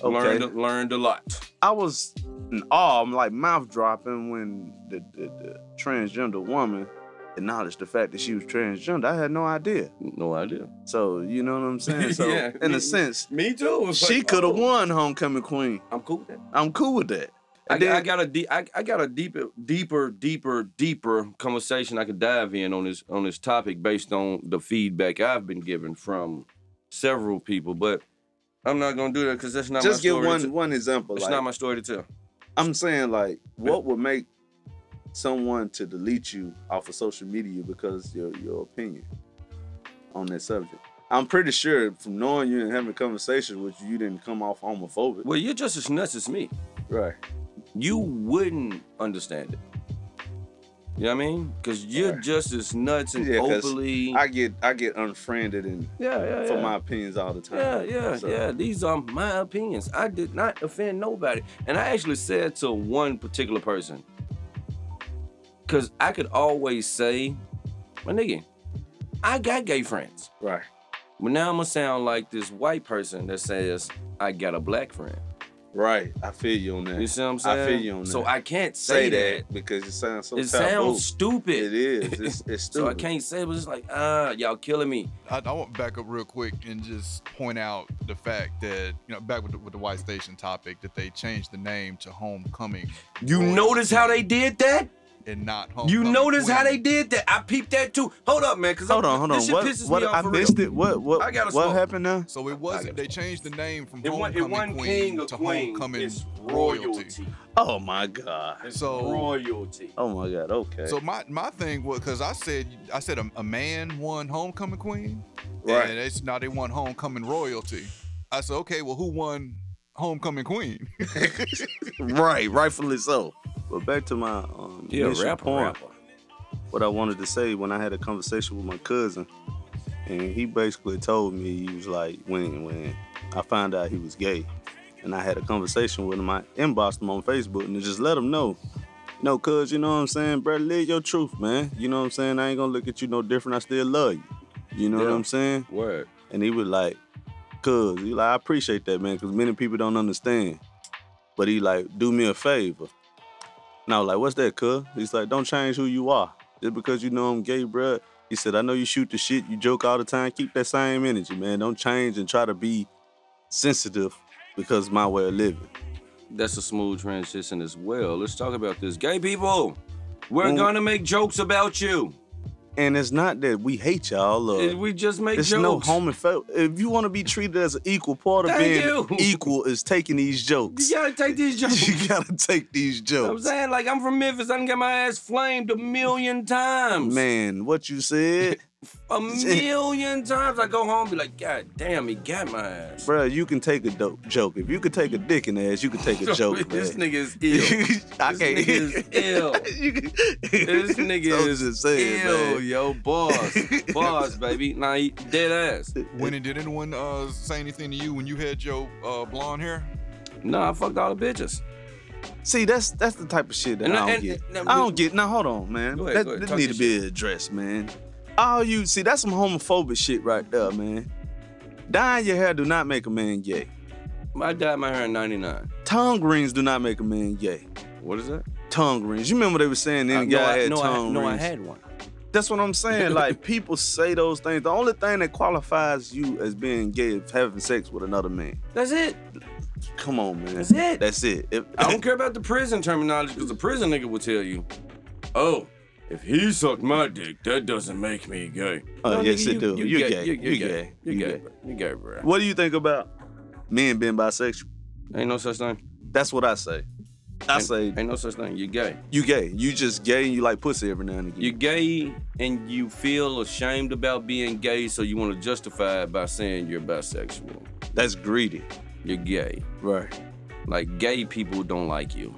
[SPEAKER 2] Okay.
[SPEAKER 1] Learned learned a lot.
[SPEAKER 2] I was in awe. I'm like mouth dropping when the, the, the transgender woman acknowledged the fact that she was transgender. I had no idea.
[SPEAKER 1] No idea.
[SPEAKER 2] So you know what I'm saying. So
[SPEAKER 1] Yeah.
[SPEAKER 2] in a sense,
[SPEAKER 1] Me too.
[SPEAKER 2] she could
[SPEAKER 1] "Oh."
[SPEAKER 2] have won homecoming queen.
[SPEAKER 1] I'm cool with that.
[SPEAKER 2] I'm cool with that.
[SPEAKER 1] I,
[SPEAKER 2] And then-
[SPEAKER 1] I got a de- I, I got a deeper deeper deeper deeper conversation I could dive in on this on this topic based on the feedback I've been given from several people, but I'm not gonna do that because that's not
[SPEAKER 2] just
[SPEAKER 1] my
[SPEAKER 2] give
[SPEAKER 1] story.
[SPEAKER 2] one
[SPEAKER 1] to,
[SPEAKER 2] one example.
[SPEAKER 1] it's
[SPEAKER 2] like,
[SPEAKER 1] not my story to tell.
[SPEAKER 2] I'm saying like, what would make someone to delete you off of social media because your your opinion on that subject? I'm pretty sure from knowing you and having conversations with you, you didn't come off homophobic,
[SPEAKER 1] Well, you're just as nuts as me.
[SPEAKER 2] right?
[SPEAKER 1] You wouldn't understand it. You know what I mean? Because you're
[SPEAKER 2] Right.
[SPEAKER 1] just as nuts and
[SPEAKER 2] Yeah, 'cause
[SPEAKER 1] openly.
[SPEAKER 2] I get I get unfriended and
[SPEAKER 1] yeah, yeah,
[SPEAKER 2] for
[SPEAKER 1] yeah.
[SPEAKER 2] my opinions all the time.
[SPEAKER 1] Yeah, yeah,
[SPEAKER 2] So,
[SPEAKER 1] yeah. These are my opinions. I did not offend nobody. And I actually said to one particular person, because I could always say, my nigga, I got gay friends.
[SPEAKER 2] Right.
[SPEAKER 1] But now I'm going to sound like this white person that says, I got a black friend.
[SPEAKER 2] Right. I feel you on that.
[SPEAKER 1] You see what I'm saying?
[SPEAKER 2] feel you on
[SPEAKER 1] So
[SPEAKER 2] that.
[SPEAKER 1] I can't say,
[SPEAKER 2] say that,
[SPEAKER 1] that.
[SPEAKER 2] because it sounds so
[SPEAKER 1] It
[SPEAKER 2] taboo.
[SPEAKER 1] sounds stupid.
[SPEAKER 2] It is. It's, it's stupid.
[SPEAKER 1] So I can't say it, but it's like, ah, y'all killing me.
[SPEAKER 3] I, I want to back up real quick and just point out the fact that you know back with the, with the White Station topic that they changed the name to Homecoming
[SPEAKER 1] You notice how they did that?
[SPEAKER 3] and not
[SPEAKER 2] Oh,
[SPEAKER 3] Homecoming.
[SPEAKER 1] You notice how they
[SPEAKER 3] Queen.
[SPEAKER 1] did that? I peeped that too. Hold up, man, because
[SPEAKER 2] Hold on, hold on.
[SPEAKER 1] This shit
[SPEAKER 2] what?
[SPEAKER 1] pisses
[SPEAKER 2] What?
[SPEAKER 1] me off
[SPEAKER 2] I
[SPEAKER 1] for
[SPEAKER 2] missed
[SPEAKER 1] real.
[SPEAKER 2] it. What? What?
[SPEAKER 1] I gotta
[SPEAKER 2] what
[SPEAKER 1] smoke.
[SPEAKER 2] happened now?
[SPEAKER 3] So it
[SPEAKER 1] I
[SPEAKER 3] wasn't.
[SPEAKER 1] got
[SPEAKER 3] They
[SPEAKER 1] it.
[SPEAKER 3] changed the name from
[SPEAKER 1] It won, it
[SPEAKER 3] Homecoming
[SPEAKER 1] won
[SPEAKER 3] Queen
[SPEAKER 1] king or
[SPEAKER 3] to
[SPEAKER 1] queen.
[SPEAKER 3] Homecoming
[SPEAKER 1] It's
[SPEAKER 3] royalty.
[SPEAKER 1] royalty.
[SPEAKER 2] Oh my god.
[SPEAKER 1] It's
[SPEAKER 3] So-
[SPEAKER 1] royalty.
[SPEAKER 2] Oh my god. Okay.
[SPEAKER 3] So my my thing was because I said I said a, a man won Homecoming Queen,
[SPEAKER 2] Right.
[SPEAKER 3] And it's now they won Homecoming royalty. I said okay, well who won Homecoming Queen?
[SPEAKER 2] right. Rightfully so. But back to my um,
[SPEAKER 1] Yeah,
[SPEAKER 2] initial
[SPEAKER 1] rapper,
[SPEAKER 2] point.
[SPEAKER 1] rapper.
[SPEAKER 2] What I wanted to say when I had a conversation with my cousin, and he basically told me he was like, when when I found out he was gay, and I had a conversation with him. I inboxed him on Facebook and just let him know. No, cuz, you know what I'm saying, bro, live your truth, man. You know what I'm saying? I ain't gonna look at you no different. I still love you. You know what
[SPEAKER 1] Yeah.
[SPEAKER 2] I'm saying?
[SPEAKER 1] Word.
[SPEAKER 2] And he was like, cuz, he like, I appreciate that, man, because many people don't understand. But he like, do me a favor. And I was like, what's that, cuz? He's like, don't change who you are. Just because you know I'm gay, bruh. He said, I know you shoot the shit, you joke all the time. Keep that same energy, man. Don't change and try to be sensitive because my way of living.
[SPEAKER 1] That's a smooth transition as well. Let's talk about this. Gay people, we're
[SPEAKER 2] Mm.
[SPEAKER 1] gonna make jokes about you.
[SPEAKER 2] And it's not that we hate y'all. Uh,
[SPEAKER 1] We just make
[SPEAKER 2] It's no
[SPEAKER 1] jokes.
[SPEAKER 2] homophobic. If you want to be treated as an equal, part of
[SPEAKER 1] Thank
[SPEAKER 2] being
[SPEAKER 1] you.
[SPEAKER 2] equal is taking these jokes.
[SPEAKER 1] you gotta take these jokes.
[SPEAKER 2] You gotta take these
[SPEAKER 1] I'm
[SPEAKER 2] jokes.
[SPEAKER 1] saying, like, I'm from Memphis. I done got my ass flamed a million times.
[SPEAKER 2] Man, what you said,
[SPEAKER 1] A million times. I go home and be like, God damn, he got my ass.
[SPEAKER 2] bruh, You can take a dope joke. If you could take a dick in the ass, you can take a joke,
[SPEAKER 1] this
[SPEAKER 2] man.
[SPEAKER 1] nigga is ill.
[SPEAKER 2] I
[SPEAKER 1] This
[SPEAKER 2] can't.
[SPEAKER 1] nigga is ill.
[SPEAKER 2] You can-
[SPEAKER 1] This nigga
[SPEAKER 2] I'm
[SPEAKER 1] is
[SPEAKER 2] just saying,
[SPEAKER 1] Ill,
[SPEAKER 2] man.
[SPEAKER 1] yo, boss. boss, baby. Nah, he dead ass.
[SPEAKER 3] Winnie, did anyone uh, say anything to you when you had your uh, blonde hair?
[SPEAKER 1] Nah, I fucked all the bitches.
[SPEAKER 2] See, that's that's the type of shit that
[SPEAKER 1] And-
[SPEAKER 2] I don't
[SPEAKER 1] and-
[SPEAKER 2] get.
[SPEAKER 1] and-
[SPEAKER 2] I don't get. Now hold on, man.
[SPEAKER 1] Go ahead,
[SPEAKER 2] that
[SPEAKER 1] go ahead.
[SPEAKER 2] that
[SPEAKER 1] Talk
[SPEAKER 2] need
[SPEAKER 1] your
[SPEAKER 2] to be addressed, man. All you see, that's some homophobic shit right there, man. Dyeing your hair do not make a man gay.
[SPEAKER 1] I dyed my hair in 99.
[SPEAKER 2] Tongue rings do not make a man gay.
[SPEAKER 1] What is that?
[SPEAKER 2] Tongue rings. You remember they were saying any
[SPEAKER 1] Uh, no,
[SPEAKER 2] guy
[SPEAKER 1] I,
[SPEAKER 2] had
[SPEAKER 1] no, I,
[SPEAKER 2] tongue
[SPEAKER 1] no, I
[SPEAKER 2] rings.
[SPEAKER 1] had one.
[SPEAKER 2] That's what I'm saying. Like people say those things. The only thing that qualifies you as being gay is having sex with another man.
[SPEAKER 1] That's it.
[SPEAKER 2] Come on, man.
[SPEAKER 1] That's it.
[SPEAKER 2] That's it. If-
[SPEAKER 1] I don't care about the prison terminology because the prison nigga will tell you, oh, if he sucked my dick, that doesn't make me gay.
[SPEAKER 2] Oh, yes,
[SPEAKER 1] nigga,
[SPEAKER 2] it do. You gay.
[SPEAKER 1] You
[SPEAKER 2] You
[SPEAKER 1] you
[SPEAKER 2] gay.
[SPEAKER 1] You
[SPEAKER 2] You
[SPEAKER 1] gay.
[SPEAKER 2] gay.
[SPEAKER 1] bro. You gay, bro.
[SPEAKER 2] what do you think about men being bisexual?
[SPEAKER 1] Ain't no such thing.
[SPEAKER 2] That's what I say. I
[SPEAKER 1] Ain't-
[SPEAKER 2] say
[SPEAKER 1] Ain't no such thing. You gay.
[SPEAKER 2] you gay. You just gay and you like pussy every now and again.
[SPEAKER 1] You gay and you feel ashamed about being gay, so you want to justify it by saying you're bisexual.
[SPEAKER 2] That's greedy.
[SPEAKER 1] You're gay.
[SPEAKER 2] Right.
[SPEAKER 1] Like gay people don't like you.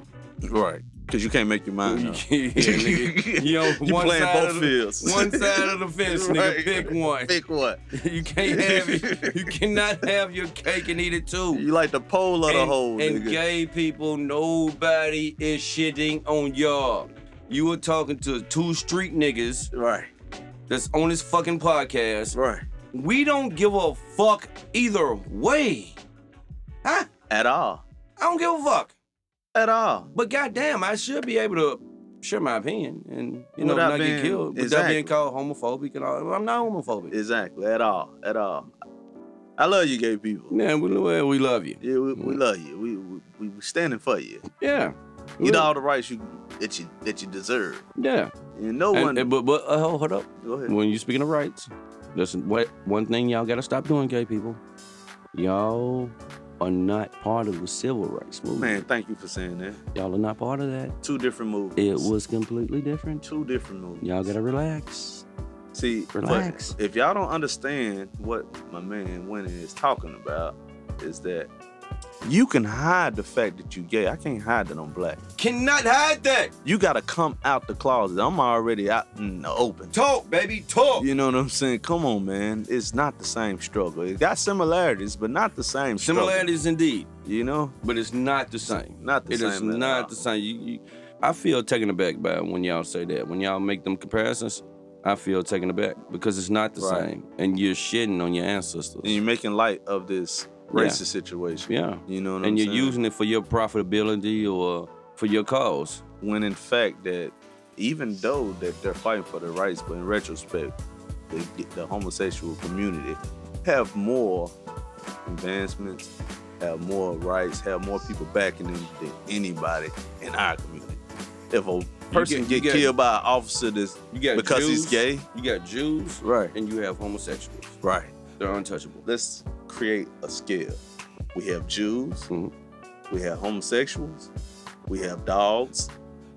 [SPEAKER 2] Right. Cause you can't make your
[SPEAKER 1] You
[SPEAKER 2] mind up.
[SPEAKER 1] can't- nigga. You on
[SPEAKER 2] You
[SPEAKER 1] one
[SPEAKER 2] playing
[SPEAKER 1] side
[SPEAKER 2] both
[SPEAKER 1] of the-
[SPEAKER 2] fields.
[SPEAKER 1] One side of the fence, nigga.
[SPEAKER 2] Right.
[SPEAKER 1] Pick one.
[SPEAKER 2] Pick what?
[SPEAKER 1] You can't have it. You cannot have your cake and eat it too.
[SPEAKER 2] You like the pole of the
[SPEAKER 1] and,
[SPEAKER 2] hole,
[SPEAKER 1] and
[SPEAKER 2] nigga.
[SPEAKER 1] gay people, nobody is shitting on y'all. You were talking to two street niggas
[SPEAKER 2] Right.
[SPEAKER 1] that's on this fucking podcast.
[SPEAKER 2] Right.
[SPEAKER 1] We don't give a fuck either way. Huh?
[SPEAKER 2] At all.
[SPEAKER 1] I don't give a fuck.
[SPEAKER 2] At all.
[SPEAKER 1] But goddamn, I should be able to share my opinion and you know
[SPEAKER 2] Without
[SPEAKER 1] not
[SPEAKER 2] being-
[SPEAKER 1] get killed without being
[SPEAKER 2] exactly.
[SPEAKER 1] called homophobic and all. I'm not homophobic.
[SPEAKER 2] Exactly. At all. At all. I love you, gay people.
[SPEAKER 1] Man, we, well, we love you.
[SPEAKER 2] Yeah, we, we love you. We, we we standing for you.
[SPEAKER 1] Yeah.
[SPEAKER 2] You know all the rights you that you that you deserve.
[SPEAKER 1] Yeah.
[SPEAKER 2] And no one.
[SPEAKER 1] And- and- but but uh, hold hold up.
[SPEAKER 2] go ahead.
[SPEAKER 1] When you speaking of rights, listen. What one thing y'all gotta stop doing, gay people? Y'all are not part of the civil rights
[SPEAKER 2] Man,
[SPEAKER 1] movement.
[SPEAKER 2] thank you for saying that.
[SPEAKER 1] Y'all are not part of that.
[SPEAKER 2] Two different movies.
[SPEAKER 1] It was completely different.
[SPEAKER 2] two different movies.
[SPEAKER 1] Y'all gotta relax.
[SPEAKER 2] See, but
[SPEAKER 1] Relax.
[SPEAKER 2] if y'all don't understand what my man Winnie is talking about, is that you can hide the fact that you gay. I can't hide that I'm black.
[SPEAKER 1] Cannot hide that.
[SPEAKER 2] You gotta come out the closet. I'm already out in the open.
[SPEAKER 1] Talk, baby, talk.
[SPEAKER 2] You know what I'm saying? Come on, man. It's not the same struggle. It got similarities, but not the same struggle.
[SPEAKER 1] Similarities indeed,
[SPEAKER 2] You know?
[SPEAKER 1] but it's not the same.
[SPEAKER 2] Not the
[SPEAKER 1] It
[SPEAKER 2] same.
[SPEAKER 1] is
[SPEAKER 2] at all.
[SPEAKER 1] not the same. You, you, I feel taken aback by when y'all say that. When y'all make them comparisons, I feel taken aback because it's not the
[SPEAKER 2] Right.
[SPEAKER 1] same, and you're shitting on your ancestors.
[SPEAKER 2] And you're making light of this
[SPEAKER 1] Yeah.
[SPEAKER 2] racist situation.
[SPEAKER 1] yeah.
[SPEAKER 2] You know what I'm
[SPEAKER 1] and you're
[SPEAKER 2] saying?
[SPEAKER 1] using it for your profitability or for your cause.
[SPEAKER 2] when in fact that even though that they're fighting for their rights, but in retrospect, the, the homosexual community have more advancements, have more rights, have more people backing them than anybody in our community. If a person
[SPEAKER 1] get-
[SPEAKER 2] get,
[SPEAKER 1] you get-
[SPEAKER 2] killed by an officer that's
[SPEAKER 1] You got
[SPEAKER 2] because
[SPEAKER 1] Jews,
[SPEAKER 2] he's gay,
[SPEAKER 1] You got Jews,
[SPEAKER 2] right,
[SPEAKER 1] and you have homosexuals.
[SPEAKER 2] right.
[SPEAKER 1] They're untouchable.
[SPEAKER 2] Let's create a scale. We have Jews,
[SPEAKER 1] Mhm.
[SPEAKER 2] we have homosexuals, we have dogs,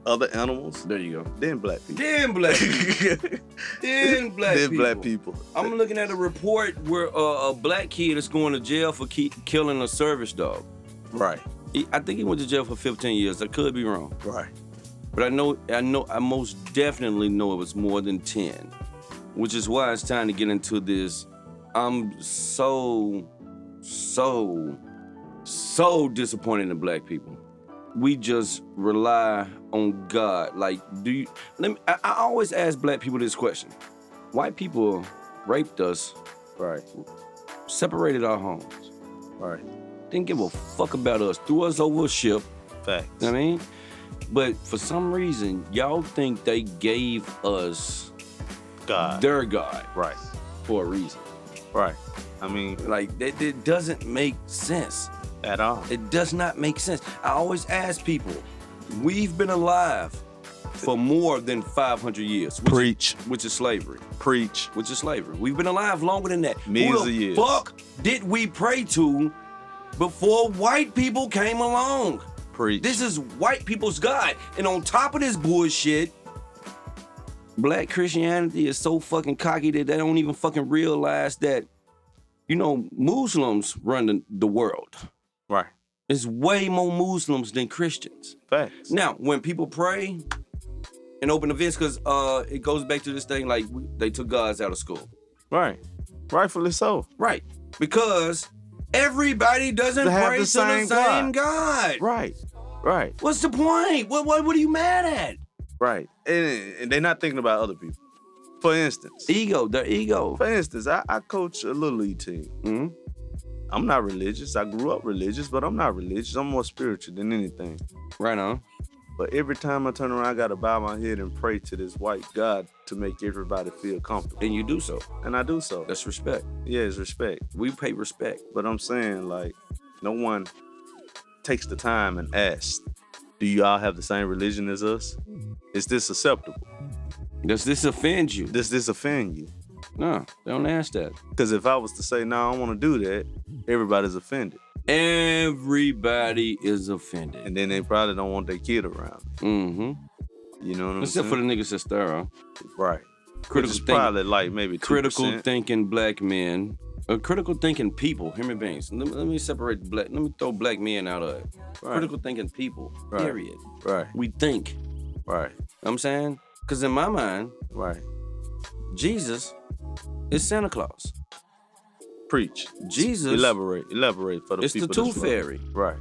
[SPEAKER 2] other animals,
[SPEAKER 1] There you go.
[SPEAKER 2] then black people.
[SPEAKER 1] Then black, then black,
[SPEAKER 2] Then
[SPEAKER 1] people.
[SPEAKER 2] black people.
[SPEAKER 1] I'm looking at a report where uh, a black kid is going to jail for ki- killing a service dog.
[SPEAKER 2] Right,
[SPEAKER 1] He, I think he went to jail for 15 years. I could be wrong,
[SPEAKER 2] right.
[SPEAKER 1] but I know, I know, I most definitely know it was more than 10, which is why it's time to get into this. I'm so, so, so disappointing to black people. We just rely on God. Like, do you? Let me, I, I always ask black people this question: White people raped us,
[SPEAKER 2] Right.
[SPEAKER 1] separated our homes,
[SPEAKER 2] Right.
[SPEAKER 1] didn't give a fuck about us, threw us over a ship.
[SPEAKER 2] Facts.
[SPEAKER 1] You know what I mean? But for some reason, y'all think they gave us
[SPEAKER 2] God.
[SPEAKER 1] their God
[SPEAKER 2] Right.
[SPEAKER 1] for a reason.
[SPEAKER 2] Right. I mean,
[SPEAKER 1] Like that, it doesn't make sense.
[SPEAKER 2] at all.
[SPEAKER 1] It does not make sense. I always ask people, we've been alive for more than 500 years, which,
[SPEAKER 2] Preach.
[SPEAKER 1] which is slavery,
[SPEAKER 2] Preach.
[SPEAKER 1] which is slavery. We've been alive longer than that.
[SPEAKER 2] Millions
[SPEAKER 1] Who the
[SPEAKER 2] of years.
[SPEAKER 1] fuck did we pray to before white people came along?
[SPEAKER 2] Preach.
[SPEAKER 1] This is white people's God. And on top of this bullshit, black Christianity is so fucking cocky that they don't even fucking realize that, you know, Muslims run the, the world.
[SPEAKER 2] right.
[SPEAKER 1] It's way more Muslims than Christians.
[SPEAKER 2] Facts.
[SPEAKER 1] Now, when people pray and open events, because uh, it goes back to this thing like we- they took guys out of school.
[SPEAKER 2] Right. Rightfully so.
[SPEAKER 1] Right. Because everybody doesn't
[SPEAKER 2] They have
[SPEAKER 1] pray
[SPEAKER 2] the
[SPEAKER 1] to the
[SPEAKER 2] same
[SPEAKER 1] same God.
[SPEAKER 2] God. Right. Right.
[SPEAKER 1] What's the point? What, what, what are you mad at?
[SPEAKER 2] Right. And, and they're not thinking about other people. For instance,
[SPEAKER 1] Ego, their ego.
[SPEAKER 2] for instance, I, I coach a little league team.
[SPEAKER 1] Mhm.
[SPEAKER 2] I'm not religious. I grew up religious, but I'm not religious. I'm more spiritual than anything.
[SPEAKER 1] Right on.
[SPEAKER 2] But every time I turn around, I gotta bow my head and pray to this white God to make everybody feel comfortable.
[SPEAKER 1] And you do so.
[SPEAKER 2] And I do so.
[SPEAKER 1] That's respect.
[SPEAKER 2] Yeah, it's respect.
[SPEAKER 1] We pay respect.
[SPEAKER 2] But I'm saying, like, no one takes the time and asks, do you all have the same religion as us?
[SPEAKER 1] Mm-hmm.
[SPEAKER 2] Is this acceptable?
[SPEAKER 1] Does this offend you?
[SPEAKER 2] Does this offend you?
[SPEAKER 1] No, don't ask that.
[SPEAKER 2] Because if I was to say, no, I don't want to do that, everybody's offended.
[SPEAKER 1] Everybody is offended.
[SPEAKER 2] And then they probably don't want their kid around.
[SPEAKER 1] Mm-hmm.
[SPEAKER 2] You know what I'm
[SPEAKER 1] Except for the
[SPEAKER 2] saying?
[SPEAKER 1] niggas that's thorough.
[SPEAKER 2] right. Which
[SPEAKER 1] critical
[SPEAKER 2] is
[SPEAKER 1] think,
[SPEAKER 2] probably like maybe 2%.
[SPEAKER 1] critical thinking black men, uh, critical thinking people, human beings. Let me, let me separate black. Let me throw black men out of it.
[SPEAKER 2] Right.
[SPEAKER 1] Critical thinking people.
[SPEAKER 2] Right.
[SPEAKER 1] Period.
[SPEAKER 2] Right,
[SPEAKER 1] We think. You know
[SPEAKER 2] right,
[SPEAKER 1] what I'm saying, because in my mind,
[SPEAKER 2] right.
[SPEAKER 1] Jesus is Santa Claus.
[SPEAKER 2] Preach.
[SPEAKER 1] Jesus,
[SPEAKER 2] Elaborate, elaborate for the
[SPEAKER 1] it's the
[SPEAKER 2] people.
[SPEAKER 1] tooth
[SPEAKER 2] that's listening.
[SPEAKER 1] fairy.
[SPEAKER 2] Right,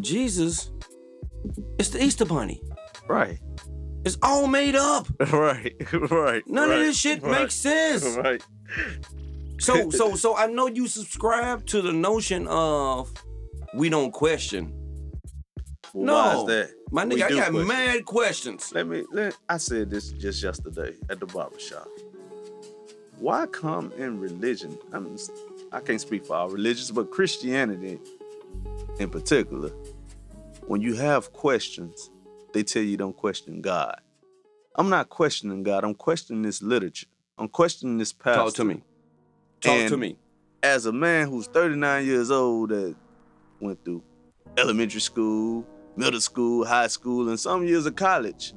[SPEAKER 1] Jesus, it's the Easter Bunny.
[SPEAKER 2] right,
[SPEAKER 1] It's all made up.
[SPEAKER 2] right, right.
[SPEAKER 1] None
[SPEAKER 2] right,
[SPEAKER 1] of this shit
[SPEAKER 2] right,
[SPEAKER 1] makes sense.
[SPEAKER 2] Right.
[SPEAKER 1] So so so I know you subscribe to the notion of we don't question.
[SPEAKER 2] Well,
[SPEAKER 1] No.
[SPEAKER 2] Why is that?
[SPEAKER 1] My
[SPEAKER 2] We
[SPEAKER 1] nigga, I
[SPEAKER 2] do
[SPEAKER 1] got
[SPEAKER 2] question.
[SPEAKER 1] mad questions.
[SPEAKER 2] Let me. Let, I said this just yesterday at the barbershop. Why come in religion? I mean, I can't speak for all religions, but Christianity, in particular, when you have questions, they tell you don't question God. I'm not questioning God. I'm questioning this literature. I'm questioning this pastor.
[SPEAKER 1] Talk to me. Talk to
[SPEAKER 2] And
[SPEAKER 1] me.
[SPEAKER 2] As a man who's 39 years old that went through elementary school, middle school, high school, and some years of college,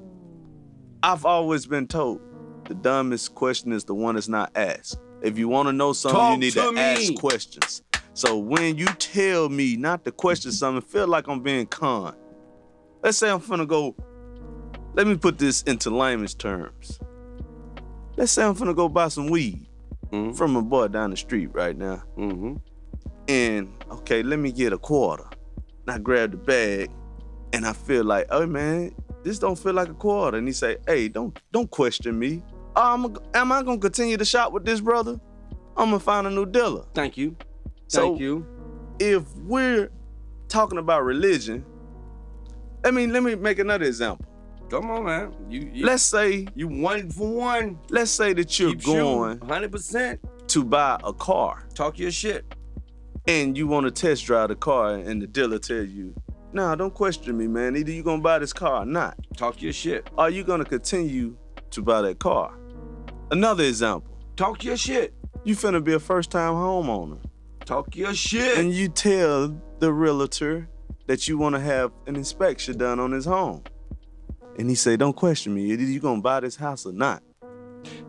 [SPEAKER 2] I've always been told the dumbest question is the one that's not asked. If you want to know something,
[SPEAKER 1] Talk
[SPEAKER 2] you need
[SPEAKER 1] to
[SPEAKER 2] to,
[SPEAKER 1] me.
[SPEAKER 2] ask questions. So when you tell me not to question something, feel like I'm being conned. Let's say I'm finna go. Let me put this into layman's terms. Let's say I'm finna go buy some weed
[SPEAKER 1] Mhm.
[SPEAKER 2] from a boy down the street right now
[SPEAKER 1] Mm-hmm.
[SPEAKER 2] and okay, let me get a quarter. And I grab the bag, and I feel like, oh man, this don't feel like a quarter. And he say, hey, don't don't question me. Um, am I gonna continue to shop with this brother? I'm gonna find a new dealer.
[SPEAKER 1] Thank you.
[SPEAKER 2] So-
[SPEAKER 1] Thank you.
[SPEAKER 2] If we're talking about religion, I mean, let me make another example.
[SPEAKER 1] Come on, man. You you,
[SPEAKER 2] Let's say
[SPEAKER 1] you one for one.
[SPEAKER 2] let's say that you're
[SPEAKER 1] Keep
[SPEAKER 2] going
[SPEAKER 1] Hundred percent.
[SPEAKER 2] to buy a car,
[SPEAKER 1] Talk your shit.
[SPEAKER 2] and you want to test drive the car, and the dealer tell you, nah, don't question me, man. Either you gonna buy this car or not.
[SPEAKER 1] Talk your shit.
[SPEAKER 2] are you going to continue to buy that car? Another example,
[SPEAKER 1] Talk your shit.
[SPEAKER 2] you finna be a first time homeowner
[SPEAKER 1] Talk your shit.
[SPEAKER 2] and you tell the realtor that you want to have an inspection done on his home. And he say, don't question me, either you going to buy this house or not.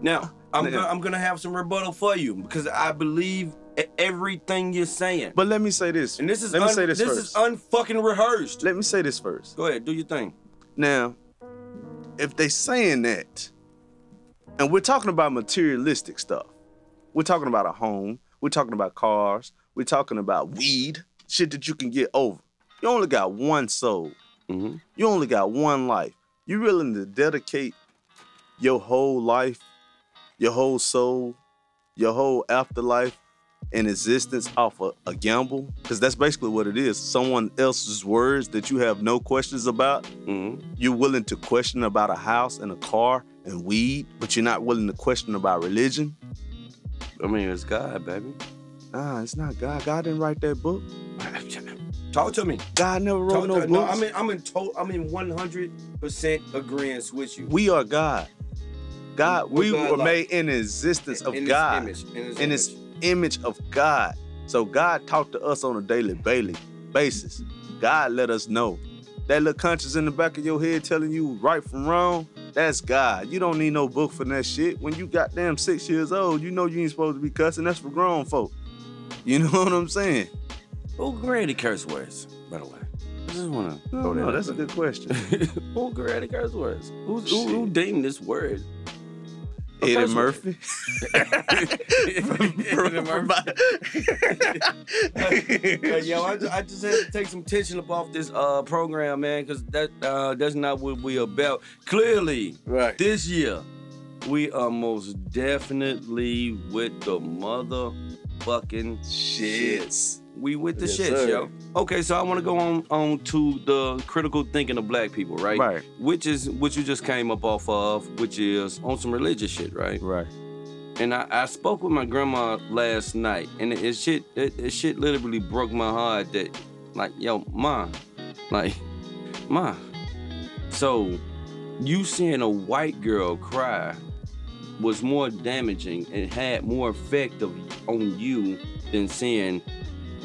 [SPEAKER 1] Now, I'm
[SPEAKER 2] Nigga.
[SPEAKER 1] gonna, I'm gonna have some rebuttal for you because I believe e- everything you're saying.
[SPEAKER 2] But let me say this.
[SPEAKER 1] and this is
[SPEAKER 2] let me
[SPEAKER 1] un-
[SPEAKER 2] say this, first.
[SPEAKER 1] is unfucking rehearsed.
[SPEAKER 2] let me say this first.
[SPEAKER 1] Go ahead, do your thing.
[SPEAKER 2] Now, if they saying that, and we're talking about materialistic stuff, we're talking about a home, we're talking about cars, we're talking about weed, shit that you can get over. You only got one soul.
[SPEAKER 1] hmm
[SPEAKER 2] You only got one life. You willing to dedicate your whole life, your whole soul, your whole afterlife and existence off a, a gamble? Because that's basically what it is. Someone else's words that you have no questions about.
[SPEAKER 1] hmm
[SPEAKER 2] You're willing to question about a house and a car and weed, but you're not willing to question about religion.
[SPEAKER 1] I mean, it's God, baby.
[SPEAKER 2] Nah, it's not God. God didn't write that book.
[SPEAKER 1] Talk to me.
[SPEAKER 2] God never
[SPEAKER 1] Talk
[SPEAKER 2] wrote
[SPEAKER 1] to-
[SPEAKER 2] no
[SPEAKER 1] no,
[SPEAKER 2] book.
[SPEAKER 1] I'm in. I'm in. Total, I'm in 100 percent agreement with you.
[SPEAKER 2] we are God. God,
[SPEAKER 1] We're
[SPEAKER 2] we
[SPEAKER 1] God
[SPEAKER 2] were
[SPEAKER 1] like-
[SPEAKER 2] made in the existence of
[SPEAKER 1] in
[SPEAKER 2] God.
[SPEAKER 1] His image, in His
[SPEAKER 2] in
[SPEAKER 1] image.
[SPEAKER 2] his image of God. So God talked to us on a daily daily basis. God let us know. That little conscience in the back of your head telling you right from wrong, that's God. You don't need no book for that shit. When you goddamn six years old, you know you ain't supposed to be cussing. That's for grown folk. You know what I'm saying?
[SPEAKER 1] Who granted curse words? By the way, I just wanna. throw
[SPEAKER 2] No,
[SPEAKER 1] that
[SPEAKER 2] Oh, no,
[SPEAKER 1] out
[SPEAKER 2] that's a
[SPEAKER 1] there.
[SPEAKER 2] good question.
[SPEAKER 1] who granted curse words? Who's, who, who
[SPEAKER 2] Shit.
[SPEAKER 1] deemed this word? a
[SPEAKER 2] Eddie
[SPEAKER 1] curse word?
[SPEAKER 2] Murphy.
[SPEAKER 1] Eddie
[SPEAKER 2] Murphy.
[SPEAKER 1] But yo, I just, I just had to take some tension up off this uh, program, man, because that uh, that's not what we about. Clearly,
[SPEAKER 2] Right.
[SPEAKER 1] this year, we are most definitely with the motherfucking
[SPEAKER 2] Shits.
[SPEAKER 1] we with the
[SPEAKER 2] Yes,
[SPEAKER 1] shit,
[SPEAKER 2] sir.
[SPEAKER 1] yo. Okay, so I want to go on on to the critical thinking of black people, right?
[SPEAKER 2] Right.
[SPEAKER 1] Which is which you just came up off of, which is on some religious shit, right?
[SPEAKER 2] Right.
[SPEAKER 1] And I, I spoke with my grandma last night, and it, it shit it, it shit literally broke my heart that, like, yo, ma, like, ma. So, you seeing a white girl cry was more damaging and had more effect of, on you than seeing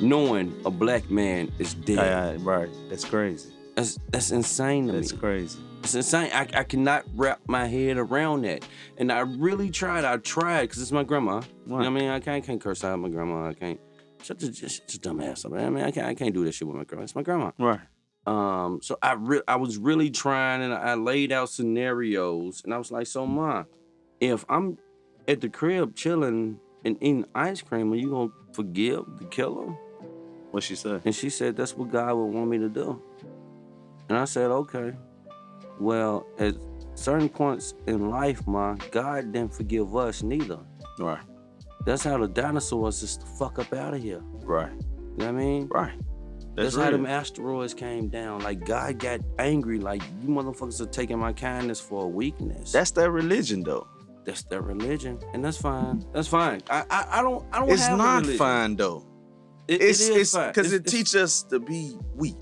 [SPEAKER 1] knowing a black man is dead.
[SPEAKER 2] Right, Right. That's crazy.
[SPEAKER 1] That's that's insane to
[SPEAKER 2] That's
[SPEAKER 1] me.
[SPEAKER 2] crazy.
[SPEAKER 1] It's insane. I, I cannot wrap my head around that. And I really tried. I tried because it's my grandma. You know what I mean? I can't, can't curse out my grandma. I can't. Shut the just, just dumb ass up. man. I mean, I can't, I can't do this shit with my grandma. It's my grandma.
[SPEAKER 2] Right.
[SPEAKER 1] Um, so I re- I was really trying, and I laid out scenarios, and I was like, so ma, if I'm at the crib chilling and eating ice cream, are you gonna forgive the killer?
[SPEAKER 2] What she say?
[SPEAKER 1] And she said, That's what God would want me to do. And I said, Okay. Well, at certain points in life, Ma, God didn't forgive us neither.
[SPEAKER 2] Right.
[SPEAKER 1] That's how the dinosaurs just the fuck up out of here.
[SPEAKER 2] Right.
[SPEAKER 1] You know what I mean?
[SPEAKER 2] Right.
[SPEAKER 1] That's, how them asteroids came down. Like God got angry, like you motherfuckers are taking my kindness for a weakness.
[SPEAKER 2] That's their religion, though.
[SPEAKER 1] that's their religion. And that's fine. That's fine. I I, I don't I don't
[SPEAKER 2] It's
[SPEAKER 1] have a
[SPEAKER 2] not
[SPEAKER 1] religion.
[SPEAKER 2] fine, though.
[SPEAKER 1] It, it
[SPEAKER 2] It's
[SPEAKER 1] is
[SPEAKER 2] it's
[SPEAKER 1] fine. It's-
[SPEAKER 2] because it
[SPEAKER 1] it's-
[SPEAKER 2] teaches us to be weak.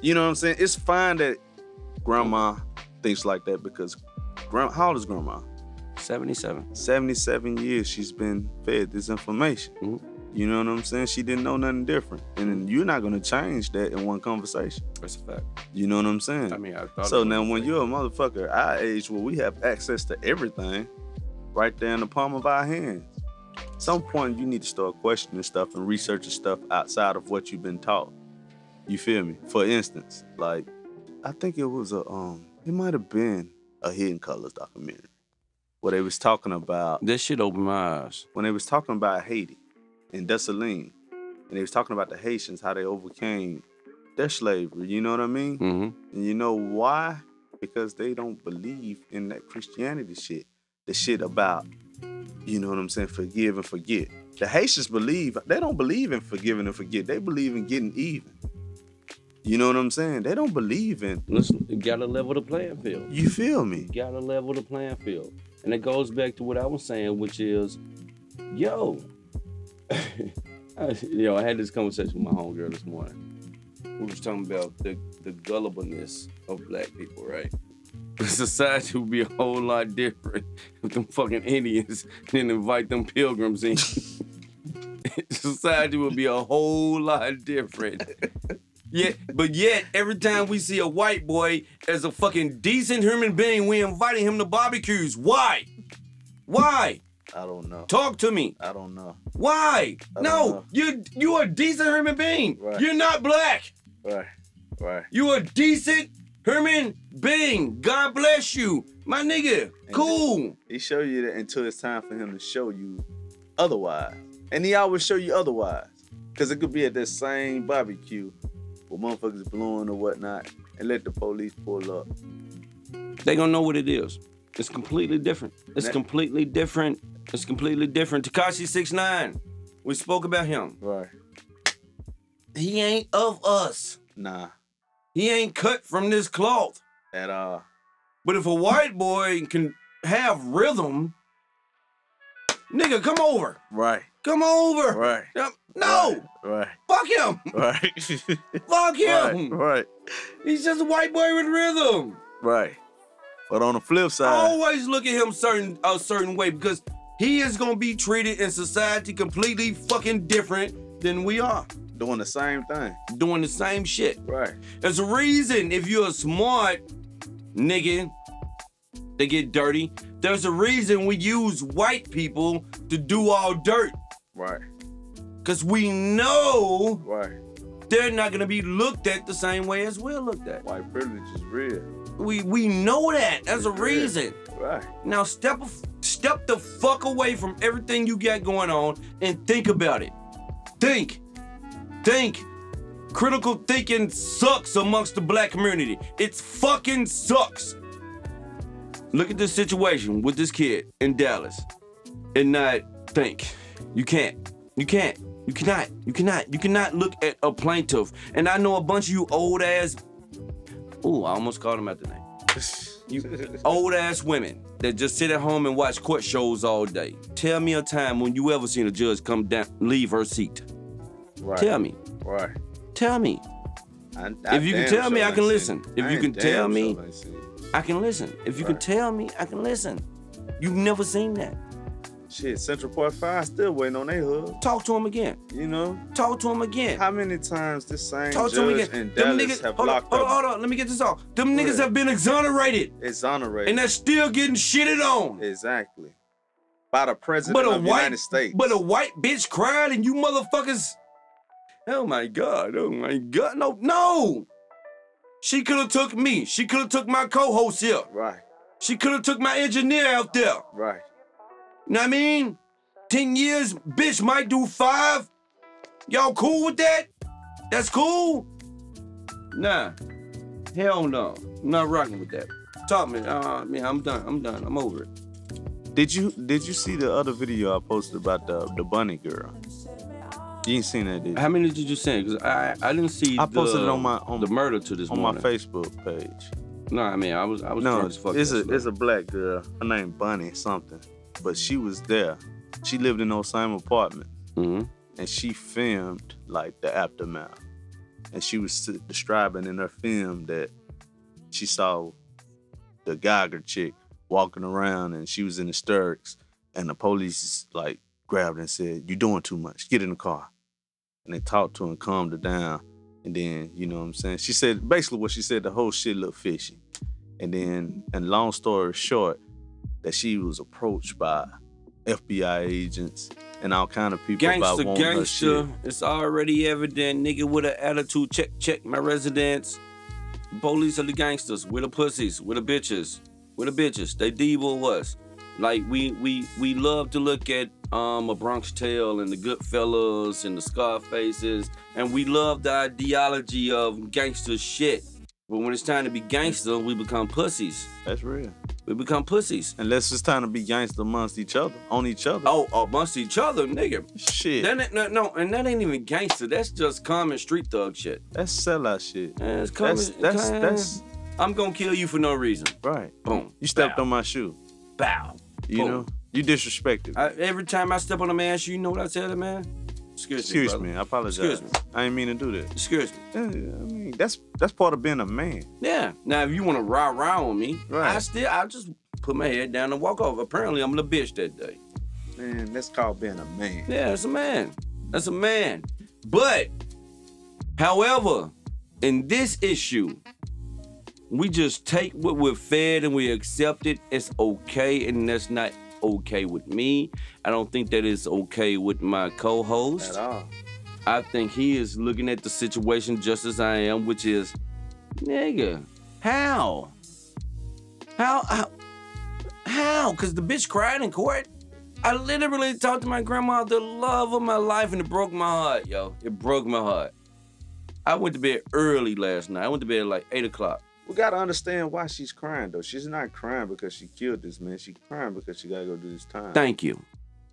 [SPEAKER 2] You know what I'm saying? It's fine that grandma thinks like that because grand, how old is grandma?
[SPEAKER 1] 77.
[SPEAKER 2] 77 years she's been fed this information.
[SPEAKER 1] Mhm.
[SPEAKER 2] You know what I'm saying? She didn't know nothing different. And you're not going to change that in one conversation.
[SPEAKER 1] That's a fact.
[SPEAKER 2] You know what I'm saying?
[SPEAKER 1] I mean I thought
[SPEAKER 2] So
[SPEAKER 1] it
[SPEAKER 2] now,
[SPEAKER 1] was-
[SPEAKER 2] when you're a motherfucker our age, where we have access to everything, right there in the palm of our hands, some point you need to start questioning stuff and researching stuff outside of what you've been taught. You feel me? For instance, like I think it was a um, it might have been a Hidden Colors documentary where they was talking about
[SPEAKER 1] This shit opened my eyes.
[SPEAKER 2] when they was talking about Haiti and Dessalines, and they was talking about the Haitians how they overcame their slavery. You know what I mean?
[SPEAKER 1] Mm-hmm.
[SPEAKER 2] And you know why? Because they don't believe in that Christianity shit. The shit about, you know what I'm saying, forgive and forget. The Haitians believe, they don't believe in forgiving and forget. They believe in getting even. You know what I'm saying? They don't believe in,
[SPEAKER 1] Listen, you gotta level the playing field.
[SPEAKER 2] you feel me?
[SPEAKER 1] You gotta level the playing field. And it goes back to what I was saying, which is, yo, I, you know, I had this conversation with my homegirl this morning. We was talking about the, the gullibleness of black people, right? Society would be a whole lot different if them fucking Indians didn't invite them pilgrims in. Society would be a whole lot different. Yet, but yet, every time we see a white boy as a fucking decent human being, we inviting him to barbecues. Why? Why?
[SPEAKER 2] I don't know.
[SPEAKER 1] Talk to me.
[SPEAKER 2] I don't know.
[SPEAKER 1] Why?
[SPEAKER 2] I don't
[SPEAKER 1] No,
[SPEAKER 2] know.
[SPEAKER 1] you you are a decent human being.
[SPEAKER 2] Right.
[SPEAKER 1] You're not black.
[SPEAKER 2] Right, right.
[SPEAKER 1] You a decent human being. God bless you, my nigga. Cool.
[SPEAKER 2] He show you that until it's time for him to show you otherwise. And he always show you otherwise. Cause it could be at that same barbecue where motherfuckers blowing or whatnot and let the police pull up.
[SPEAKER 1] They gonna know what it is. It's completely different. It's
[SPEAKER 2] That-
[SPEAKER 1] completely different. It's completely different. Takashi 69. We spoke about him.
[SPEAKER 2] Right.
[SPEAKER 1] He ain't of us.
[SPEAKER 2] Nah.
[SPEAKER 1] He ain't cut from this cloth.
[SPEAKER 2] At all.
[SPEAKER 1] But if a white boy can have rhythm, nigga, come over.
[SPEAKER 2] Right.
[SPEAKER 1] Come over.
[SPEAKER 2] Right.
[SPEAKER 1] Um, No,
[SPEAKER 2] Right.
[SPEAKER 1] fuck him.
[SPEAKER 2] Right.
[SPEAKER 1] Fuck
[SPEAKER 2] right.
[SPEAKER 1] him.
[SPEAKER 2] Right.
[SPEAKER 1] He's just a white boy with rhythm.
[SPEAKER 2] Right. But on the flip
[SPEAKER 1] I
[SPEAKER 2] side,
[SPEAKER 1] always look at him certain a certain way because he is gonna be treated in society completely fucking different than we are.
[SPEAKER 2] doing the same thing.
[SPEAKER 1] Doing the same shit.
[SPEAKER 2] Right.
[SPEAKER 1] There's a reason if you're a smart nigga, they get dirty. There's a reason we use white people to do all dirt.
[SPEAKER 2] Right.
[SPEAKER 1] Cause we know
[SPEAKER 2] Right.
[SPEAKER 1] they're not gonna be looked at the same way as we're looked at.
[SPEAKER 2] White privilege is real.
[SPEAKER 1] We we know that. That's a
[SPEAKER 2] Yeah.
[SPEAKER 1] reason.
[SPEAKER 2] Right.
[SPEAKER 1] Now step step the fuck away from everything you got going on and think about it. Think. Think. Critical thinking sucks amongst the black community. It's fucking sucks. Look at this situation with this kid in Dallas and not think. You can't. You can't. You cannot. You cannot. You cannot look at a plaintiff. And I know a bunch of you old ass. Ooh, I almost called him out the name You- old ass women that just sit at home and watch court shows all day. Tell me a time when you ever seen a judge come down, leave her seat.
[SPEAKER 2] Right.
[SPEAKER 1] Tell me.
[SPEAKER 2] Right.
[SPEAKER 1] Tell me.
[SPEAKER 2] I, I
[SPEAKER 1] If you can
[SPEAKER 2] damn
[SPEAKER 1] tell
[SPEAKER 2] sure
[SPEAKER 1] me, I
[SPEAKER 2] ain't
[SPEAKER 1] can
[SPEAKER 2] seen
[SPEAKER 1] listen.
[SPEAKER 2] it.
[SPEAKER 1] If
[SPEAKER 2] I
[SPEAKER 1] you
[SPEAKER 2] ain't
[SPEAKER 1] can
[SPEAKER 2] damn
[SPEAKER 1] tell me-
[SPEAKER 2] sure ain't seen it.
[SPEAKER 1] I can listen. If you can
[SPEAKER 2] Right.
[SPEAKER 1] tell me, I can listen. You've never seen that.
[SPEAKER 2] Shit, Central Park Five still waiting on their hood.
[SPEAKER 1] Talk to him again.
[SPEAKER 2] You know
[SPEAKER 1] Talk to him again.
[SPEAKER 2] how many times this same
[SPEAKER 1] Talk to him
[SPEAKER 2] judge
[SPEAKER 1] again.
[SPEAKER 2] in
[SPEAKER 1] Them
[SPEAKER 2] Dallas
[SPEAKER 1] niggas,
[SPEAKER 2] have
[SPEAKER 1] hold on,
[SPEAKER 2] locked
[SPEAKER 1] hold on,
[SPEAKER 2] up,
[SPEAKER 1] hold on. Let me get this off. Them niggas
[SPEAKER 2] Yeah.
[SPEAKER 1] have been exonerated
[SPEAKER 2] exonerated.
[SPEAKER 1] and they're still getting shitted on.
[SPEAKER 2] exactly by the president
[SPEAKER 1] But a
[SPEAKER 2] of the
[SPEAKER 1] white-
[SPEAKER 2] United States.
[SPEAKER 1] But a white bitch cried and you motherfuckers. Oh my god, oh my god, no, no! She could have took me. She could have took my co-host here.
[SPEAKER 2] right,
[SPEAKER 1] She could have took my engineer out there. You
[SPEAKER 2] right,
[SPEAKER 1] know what I mean? Ten years, bitch might do five. Y'all cool with that? That's cool? Nah. Hell no. I'm not rocking with that. Talk me. Uh, man, I'm done. I'm done. I'm over it.
[SPEAKER 2] Did you did you see the other video I posted about the the bunny girl? You ain't seen that, did you?
[SPEAKER 1] How many did you send? Cause I I didn't see.
[SPEAKER 2] I posted
[SPEAKER 1] the-
[SPEAKER 2] it on my on,
[SPEAKER 1] the murder to this
[SPEAKER 2] on my
[SPEAKER 1] morning.
[SPEAKER 2] Facebook page.
[SPEAKER 1] No, I mean I was I was
[SPEAKER 2] No,
[SPEAKER 1] drunk as
[SPEAKER 2] it's
[SPEAKER 1] fuck.
[SPEAKER 2] a
[SPEAKER 1] yesterday.
[SPEAKER 2] it's a black girl. Her name Bunny something, but she was there. She lived in those same apartment,
[SPEAKER 1] Mhm.
[SPEAKER 2] and she filmed like the aftermath. And she was s- describing in her film that she saw the Geiger chick walking around, and she was in hysterics. And the police like grabbed her and said, "You're doing too much. Get in the car." And they talked to her and calmed her down. And then, you know what I'm saying? She said basically what she said, the whole shit looked fishy. And then, and long story short, that she was approached by FBI agents and all kind of people about
[SPEAKER 1] Gangster,
[SPEAKER 2] wanting her shit.
[SPEAKER 1] gangster. It's already evident, nigga. With an attitude, check, check my residence. Police are the gangsters. We're the pussies. We're the bitches. We're the bitches. They debo us. Like we we we love to look at um a Bronx Tale and the Goodfellas and the Scarfaces, and we love the ideology of gangster shit. But when it's time to be gangster, we become pussies.
[SPEAKER 2] That's real.
[SPEAKER 1] We become pussies.
[SPEAKER 2] Unless it's time to be gangster amongst each other, on each other.
[SPEAKER 1] Oh, amongst each other, nigga.
[SPEAKER 2] shit.
[SPEAKER 1] That ain't, no, no, and that ain't even gangster. That's just common street thug shit.
[SPEAKER 2] that's sellout shit.
[SPEAKER 1] Eh, It's common,
[SPEAKER 2] That's that's
[SPEAKER 1] kinda-
[SPEAKER 2] that's
[SPEAKER 1] I'm gonna kill you for no reason.
[SPEAKER 2] right.
[SPEAKER 1] Boom.
[SPEAKER 2] You stepped
[SPEAKER 1] bow,
[SPEAKER 2] on my shoe.
[SPEAKER 1] Bow.
[SPEAKER 2] You
[SPEAKER 1] Boom.
[SPEAKER 2] know, you disrespected. me.
[SPEAKER 1] I, every time I step on a man's shoe, you know what I tell the man? Excuse,
[SPEAKER 2] Excuse
[SPEAKER 1] me. brother.
[SPEAKER 2] me. I apologize.
[SPEAKER 1] Excuse me.
[SPEAKER 2] I didn't mean to do that.
[SPEAKER 1] Excuse me.
[SPEAKER 2] Yeah, I mean, that's that's part of being a man.
[SPEAKER 1] Yeah. Now, if you wanna rah rah on me, I
[SPEAKER 2] Right.
[SPEAKER 1] still, I just put my head down and walk off. Apparently, I'm the bitch that day.
[SPEAKER 2] Man, that's called being a man.
[SPEAKER 1] Yeah, that's a man. That's a man. But, however, in this issue, we just take what we're fed and we accept it. It's okay, and that's not okay with me. I don't think that is okay with my
[SPEAKER 2] At
[SPEAKER 1] co-host.
[SPEAKER 2] all.
[SPEAKER 1] I think he is looking at the situation just as I am, which is, nigga, how? How? How? How? Because the bitch cried in court. I literally talked to my grandma, the love of my life, and it broke my heart, yo. It broke my heart. I went to bed early last night. I went to bed at like eight o'clock.
[SPEAKER 2] We gotta understand why she's crying though. She's not crying because she killed this man. She's crying because she gotta go do this time.
[SPEAKER 1] Thank you,
[SPEAKER 2] know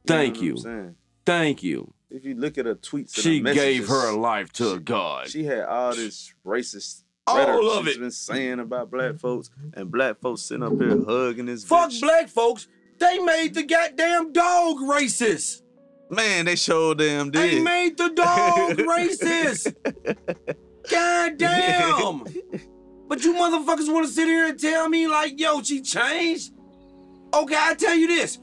[SPEAKER 1] thank
[SPEAKER 2] what I'm
[SPEAKER 1] you.
[SPEAKER 2] saying?
[SPEAKER 1] thank you.
[SPEAKER 2] If you look at her tweets, and
[SPEAKER 1] She
[SPEAKER 2] her
[SPEAKER 1] gave her
[SPEAKER 2] messages,
[SPEAKER 1] life to
[SPEAKER 2] she-
[SPEAKER 1] God.
[SPEAKER 2] She had all this racist
[SPEAKER 1] All
[SPEAKER 2] rhetoric
[SPEAKER 1] of
[SPEAKER 2] she's
[SPEAKER 1] it.
[SPEAKER 2] been saying about black folks, and black folks sitting up here hugging this
[SPEAKER 1] Fuck
[SPEAKER 2] bitch.
[SPEAKER 1] black folks. They made the goddamn dog racist.
[SPEAKER 2] Man, they showed them
[SPEAKER 1] They
[SPEAKER 2] did.
[SPEAKER 1] made the dog racist. God damn. But you motherfuckers want to sit here and tell me like, yo, she changed? Okay, I tell you this.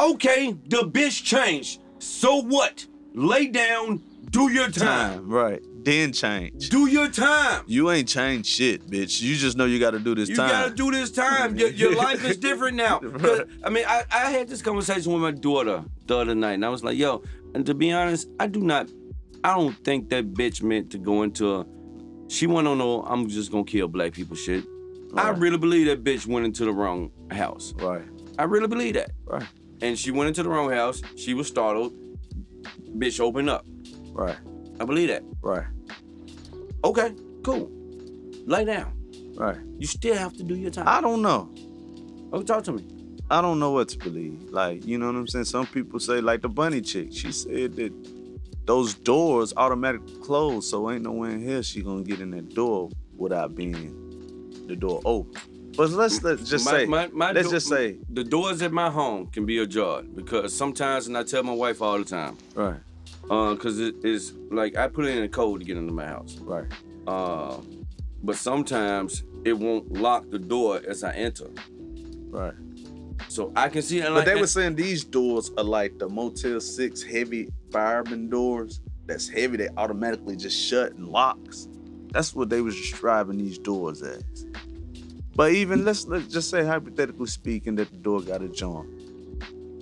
[SPEAKER 1] Okay, the bitch changed. So what? Lay down, do your time.
[SPEAKER 2] Time, right. Then change.
[SPEAKER 1] Do your time.
[SPEAKER 2] You ain't changed shit, bitch. You just know you gotta do this
[SPEAKER 1] You
[SPEAKER 2] time.
[SPEAKER 1] gotta do this time. Your, your life is different now. 'Cause, I mean, I, I had this conversation with my daughter the other night, and I was like, yo, and to be honest, I do not, I don't think that bitch meant to go into a, she went on no, I'm just gonna kill black people shit. I
[SPEAKER 2] Right.
[SPEAKER 1] really believe that bitch went into the wrong house.
[SPEAKER 2] Right.
[SPEAKER 1] I really believe that.
[SPEAKER 2] Right.
[SPEAKER 1] And she went into the wrong house. She was startled. Bitch opened up.
[SPEAKER 2] Right.
[SPEAKER 1] I believe that.
[SPEAKER 2] Right.
[SPEAKER 1] Okay, cool. Lay down.
[SPEAKER 2] Right.
[SPEAKER 1] You still have to do your time.
[SPEAKER 2] I don't know.
[SPEAKER 1] oh, talk to me.
[SPEAKER 2] I don't know what to believe. Like, you know what I'm saying? Some people say, like the bunny chick, she said that those doors automatically close, so ain't no one here she gonna get in that door without being the door open. But let's let's just
[SPEAKER 1] my,
[SPEAKER 2] say,
[SPEAKER 1] my, my
[SPEAKER 2] let's
[SPEAKER 1] do-
[SPEAKER 2] just say,
[SPEAKER 1] the doors at my home can be ajarred because sometimes, and I tell my wife all the time,
[SPEAKER 2] right,
[SPEAKER 1] because it is like I put in a code to get into my house,
[SPEAKER 2] right,
[SPEAKER 1] uh, but sometimes it won't lock the door as I enter,
[SPEAKER 2] right.
[SPEAKER 1] so I can see. And
[SPEAKER 2] But
[SPEAKER 1] like,
[SPEAKER 2] they were saying these doors are like the Motel Six heavy fireman doors. That's heavy. They automatically just shut and locks. That's what they was describing these doors as. But even let's let's just say hypothetically speaking that the door got ajar,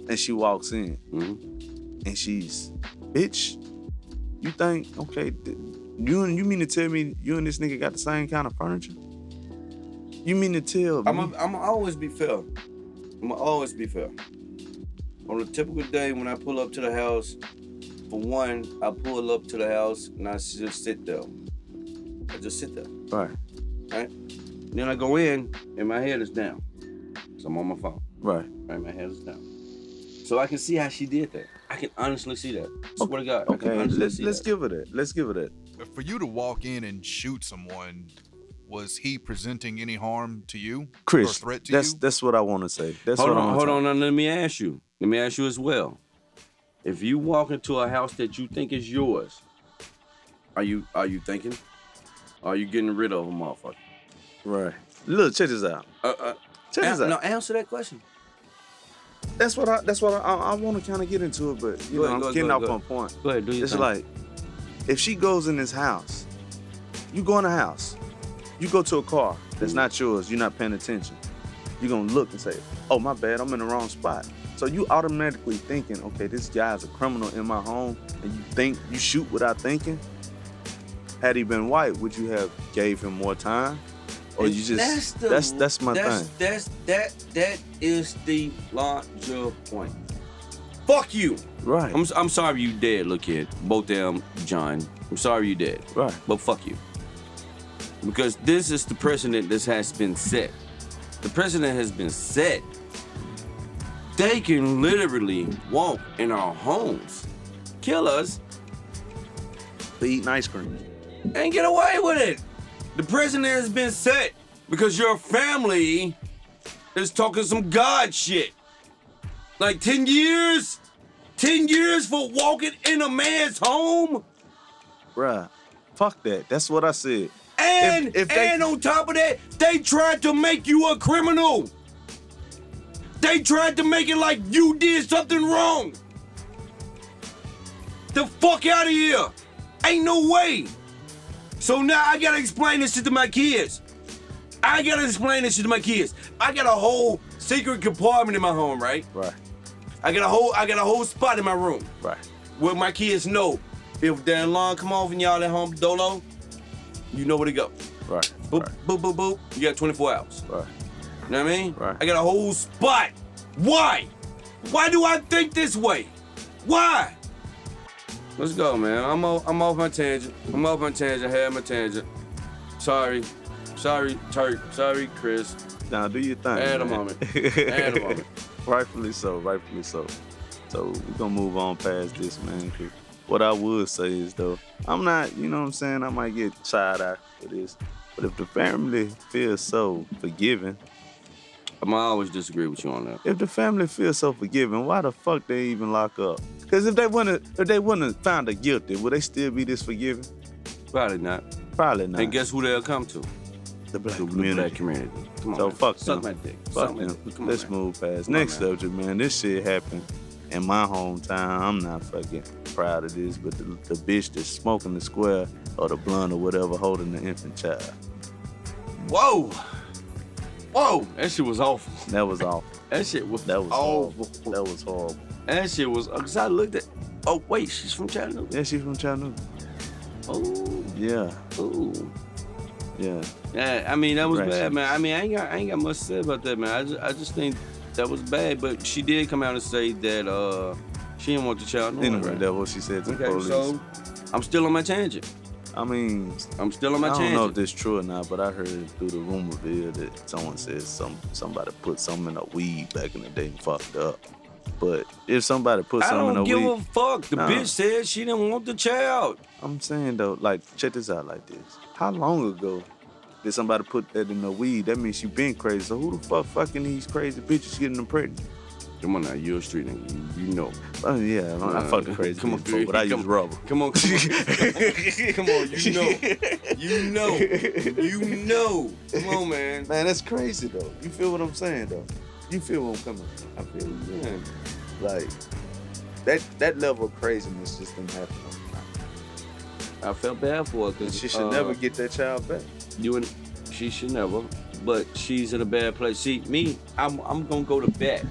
[SPEAKER 2] and she walks in
[SPEAKER 1] Mhm.
[SPEAKER 2] and she's, bitch, you think okay, th- you you mean to tell me you and this nigga got the same kind of furniture? You mean to tell
[SPEAKER 1] I'm
[SPEAKER 2] me?
[SPEAKER 1] a, I'm always be fair. I'm always be fair. On a typical day when I pull up to the house, for one, I pull up to the house and I just sit there. I just sit there.
[SPEAKER 2] right,
[SPEAKER 1] Then I go in and my head is down. So I'm on my phone.
[SPEAKER 2] right.
[SPEAKER 1] Right, my head is down. So I can see how she did that. I can honestly see that. Swear to God. I can
[SPEAKER 2] Okay,
[SPEAKER 1] honestly
[SPEAKER 2] let's
[SPEAKER 1] see
[SPEAKER 2] let's
[SPEAKER 1] that.
[SPEAKER 2] give it that. Let's give it that.
[SPEAKER 3] For you to walk in and shoot someone, was he presenting any harm to you
[SPEAKER 2] Chris,
[SPEAKER 3] or threat to
[SPEAKER 2] that's
[SPEAKER 3] you?
[SPEAKER 2] that's what I want to say. That's
[SPEAKER 1] hold
[SPEAKER 2] what I
[SPEAKER 1] on,
[SPEAKER 2] wanna
[SPEAKER 1] hold
[SPEAKER 2] say.
[SPEAKER 1] on. Now, let me ask you. Let me ask you as well. If you walk into a house that you think is yours, are you are you thinking? Are you getting rid of a motherfucker?
[SPEAKER 2] Right. Look, check this out.
[SPEAKER 1] Uh, uh,
[SPEAKER 2] Check this
[SPEAKER 1] an-
[SPEAKER 2] out.
[SPEAKER 1] no, answer that question.
[SPEAKER 2] That's what I. That's what I. I, I want to kind of get into it, but you
[SPEAKER 1] Go
[SPEAKER 2] know,
[SPEAKER 1] ahead,
[SPEAKER 2] I'm
[SPEAKER 1] go ahead,
[SPEAKER 2] getting
[SPEAKER 1] go
[SPEAKER 2] off
[SPEAKER 1] ahead, go
[SPEAKER 2] on point.
[SPEAKER 1] Go ahead, do your
[SPEAKER 2] It's
[SPEAKER 1] thing.
[SPEAKER 2] like, if she goes in this house, you go in a house, you go to a car that's not yours. You're not paying attention. You're gonna look and say, "Oh my bad, I'm in the wrong spot." So you automatically thinking, "Okay, this guy's a criminal in my home," and you think you shoot without thinking. Had he been white, would you have gave him more time, or
[SPEAKER 1] And
[SPEAKER 2] you just that's
[SPEAKER 1] the-
[SPEAKER 2] that's, my
[SPEAKER 1] that's,
[SPEAKER 2] thing.
[SPEAKER 1] That's that that is the larger point. Fuck you.
[SPEAKER 2] Right,
[SPEAKER 1] I'm, I'm sorry you dead, little kid. Both them, John. I'm sorry you dead,
[SPEAKER 2] right,
[SPEAKER 1] but fuck you. Because this is the precedent that has been set. The precedent has been set. They can literally walk in our homes, kill us,
[SPEAKER 2] for eating ice cream.
[SPEAKER 1] and get away with it. The precedent has been set because your family is talking some God shit. Like 10 years? 10 years for walking in a man's home?
[SPEAKER 2] Bruh, fuck that. That's what I said.
[SPEAKER 1] And
[SPEAKER 2] If- if they-
[SPEAKER 1] and on top of that, they tried to make you a criminal. They tried to make it like you did something wrong. The fuck out of here. Ain't no way. So now I gotta explain this shit to my kids. I gotta explain this shit to my kids. I got a whole secret compartment in my home, right?
[SPEAKER 2] Right,
[SPEAKER 1] I got a whole I got a whole spot in my room
[SPEAKER 2] right,
[SPEAKER 1] where my kids know if their alarm come off and y'all at home dolo, you know where to go.
[SPEAKER 2] right,
[SPEAKER 1] Boop,
[SPEAKER 2] right,
[SPEAKER 1] boop, boop, boop. You got 24 hours.
[SPEAKER 2] right.
[SPEAKER 1] You know what I mean?
[SPEAKER 2] Right.
[SPEAKER 1] I got a whole spot. Why? Why do I think this way? Why? Let's go, man. I'm off, I'm off my tangent. I'm off my tangent. Had my tangent. Sorry. Sorry, Turk. Sorry, Chris.
[SPEAKER 2] Now do your thing.
[SPEAKER 1] At a
[SPEAKER 2] man.
[SPEAKER 1] moment. At a moment.
[SPEAKER 2] rightfully so. Rightfully so. So we're gonna move on past this, man. 'cause what I would say is though, I'm not. You know what I'm saying? I might get side eye for this, but if the family feels so forgiving,
[SPEAKER 1] I'm always disagree with you on that.
[SPEAKER 2] if the family feels so forgiving, why the fuck they even lock up? Because if they wouldn't, if they wouldn't have found her guilty, would they still be this forgiving?
[SPEAKER 1] Probably not.
[SPEAKER 2] Probably not.
[SPEAKER 1] And guess who they'll come to?
[SPEAKER 2] the black
[SPEAKER 1] The
[SPEAKER 2] community.
[SPEAKER 1] black community. Come on.
[SPEAKER 2] So
[SPEAKER 1] man.
[SPEAKER 2] fuck
[SPEAKER 1] Suck
[SPEAKER 2] them.
[SPEAKER 1] my dick.
[SPEAKER 2] Fuck
[SPEAKER 1] Suck my
[SPEAKER 2] them.
[SPEAKER 1] dick. Come on,
[SPEAKER 2] Let's
[SPEAKER 1] man.
[SPEAKER 2] move past.
[SPEAKER 1] Come on,
[SPEAKER 2] Next
[SPEAKER 1] man.
[SPEAKER 2] subject, man. This shit happened in my hometown. I'm not fucking proud of this, but the, the bitch that's smoking the square or the blunt or whatever holding the infant child.
[SPEAKER 1] Whoa. Whoa. That shit was awful.
[SPEAKER 2] That was awful.
[SPEAKER 1] That shit was
[SPEAKER 2] That was
[SPEAKER 1] awful.
[SPEAKER 2] horrible. That was horrible.
[SPEAKER 1] That shit was. Cause I looked at. Oh wait, she's from Chattanooga.
[SPEAKER 2] Yeah, she from Chattanooga.
[SPEAKER 1] Oh,
[SPEAKER 2] Yeah,
[SPEAKER 1] oh.
[SPEAKER 2] yeah.
[SPEAKER 1] Yeah, I mean that was
[SPEAKER 2] Right.
[SPEAKER 1] bad, man. I mean I ain't got I ain't got much to say about that, man. I just, I just think that was bad. But she did come out and say that uh she didn't want the child. No
[SPEAKER 2] Anyway, that's what she said to the
[SPEAKER 1] okay,
[SPEAKER 2] police.
[SPEAKER 1] so I'm still on my tangent.
[SPEAKER 2] I mean,
[SPEAKER 1] I'm still on my
[SPEAKER 2] I don't know
[SPEAKER 1] tangent.
[SPEAKER 2] if this true or not, but I heard through the rumor mill that someone said some somebody put something in a weed back in the day and fucked up. But if somebody put
[SPEAKER 1] I
[SPEAKER 2] something in
[SPEAKER 1] don't
[SPEAKER 2] a
[SPEAKER 1] give
[SPEAKER 2] weed,
[SPEAKER 1] a fuck. The
[SPEAKER 2] Nah.
[SPEAKER 1] bitch said she didn't want the child.
[SPEAKER 2] I'm saying though, like check this out, like this. How long ago did somebody put that in the weed? That means you been crazy. So who the fuck fucking these crazy bitches getting them pregnant?
[SPEAKER 1] Come on now, you're a street nigga. You, you know.
[SPEAKER 2] Oh yeah, I, don't- I
[SPEAKER 1] Uh,
[SPEAKER 2] fucked a crazy
[SPEAKER 1] come
[SPEAKER 2] come
[SPEAKER 1] on,
[SPEAKER 2] before, but I
[SPEAKER 1] come-
[SPEAKER 2] use rubber.
[SPEAKER 1] Come on, come on, come on. Oh, You know, you know, you know. Come on, man.
[SPEAKER 2] Man, that's crazy though. You feel what I'm saying though? You feel what I'm coming? from.
[SPEAKER 1] I feel you, man.
[SPEAKER 2] Like that that level of craziness just didn't happen.
[SPEAKER 1] I felt bad for her because
[SPEAKER 2] She should
[SPEAKER 1] Uh,
[SPEAKER 2] never get that child back.
[SPEAKER 1] You and she should never, but she's in a bad place. See, me, I'm I'm gonna go to bat.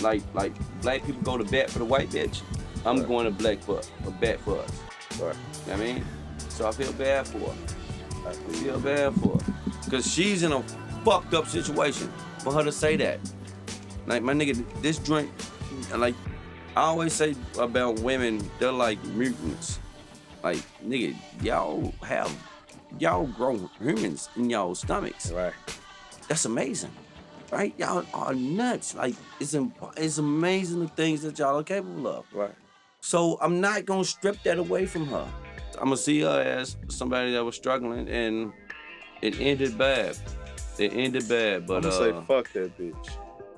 [SPEAKER 1] Like like black people go to bat for the white bitch. I'm
[SPEAKER 2] Right.
[SPEAKER 1] going to black for a bat for us.
[SPEAKER 2] Right.
[SPEAKER 1] You know what I mean, so I feel bad for her. I feel bad for her because she's in a fucked up situation for her to say that. Like my nigga, this drink, like I always say about women, they're like mutants. Like nigga, y'all have y'all grown humans in y'all stomachs.
[SPEAKER 2] Right.
[SPEAKER 1] That's amazing, right? Y'all are nuts. Like it's im- it's amazing the things that y'all are capable of.
[SPEAKER 2] Right.
[SPEAKER 1] So I'm not gonna strip that away from her. I'm gonna see her as somebody that was struggling, and it ended bad. It ended bad, but
[SPEAKER 2] I'm
[SPEAKER 1] uh,
[SPEAKER 2] gonna say fuck that bitch.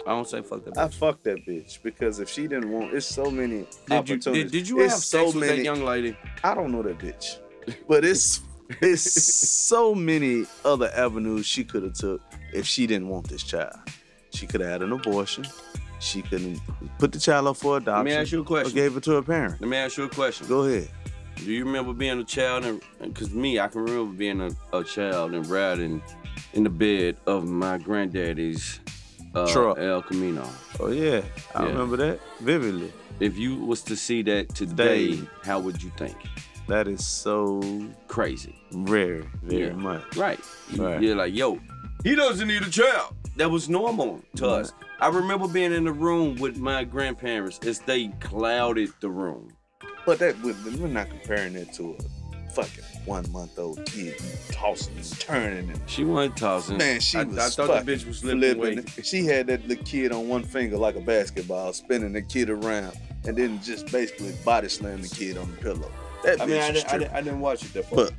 [SPEAKER 1] I don't say fuck that.
[SPEAKER 2] I
[SPEAKER 1] bitch.
[SPEAKER 2] fucked that bitch because if she didn't want, it's so many
[SPEAKER 1] Did you
[SPEAKER 2] opportunities.
[SPEAKER 1] did, did you
[SPEAKER 2] it's
[SPEAKER 1] have sex with that young lady?
[SPEAKER 2] I don't know that bitch, but it's it's so many other avenues she could have took if she didn't want this child. She could have had an abortion. She couldn't put the child up for
[SPEAKER 1] Let
[SPEAKER 2] adoption.
[SPEAKER 1] me ask you a
[SPEAKER 2] or
[SPEAKER 1] question.
[SPEAKER 2] gave it to a parent.
[SPEAKER 1] Let me ask you a question.
[SPEAKER 2] Go ahead.
[SPEAKER 1] Do you remember being a child? And because me, I can remember being a, a child and riding in the bed of my granddaddy's uh,
[SPEAKER 2] Truck.
[SPEAKER 1] El Camino.
[SPEAKER 2] Oh yeah, I
[SPEAKER 1] Yeah.
[SPEAKER 2] remember that vividly.
[SPEAKER 1] If you was to see that today,
[SPEAKER 2] Today.
[SPEAKER 1] how would you think?
[SPEAKER 2] That is so
[SPEAKER 1] Crazy,
[SPEAKER 2] rare, very
[SPEAKER 1] Yeah.
[SPEAKER 2] much.
[SPEAKER 1] right? You-
[SPEAKER 2] Right.
[SPEAKER 1] You're like, yo, he doesn't need a child. That was normal to
[SPEAKER 2] Right.
[SPEAKER 1] us. I remember being in the room with my grandparents as they clouded the room.
[SPEAKER 2] But that we're, we're not comparing it to a fucking one month old kid tossing and turning and
[SPEAKER 1] She wasn't tossing.
[SPEAKER 2] Man, she
[SPEAKER 1] I,
[SPEAKER 2] was
[SPEAKER 1] I thought the
[SPEAKER 2] fucking
[SPEAKER 1] bitch was slipping away.
[SPEAKER 2] flipping. She had that little kid on one finger like a basketball, spinning the kid around, and then just basically body slam the kid on the pillow. That bitch
[SPEAKER 1] I mean, I,
[SPEAKER 2] was
[SPEAKER 1] didn't- I,
[SPEAKER 2] tripping.
[SPEAKER 1] didn't- I didn't watch it that far.
[SPEAKER 2] But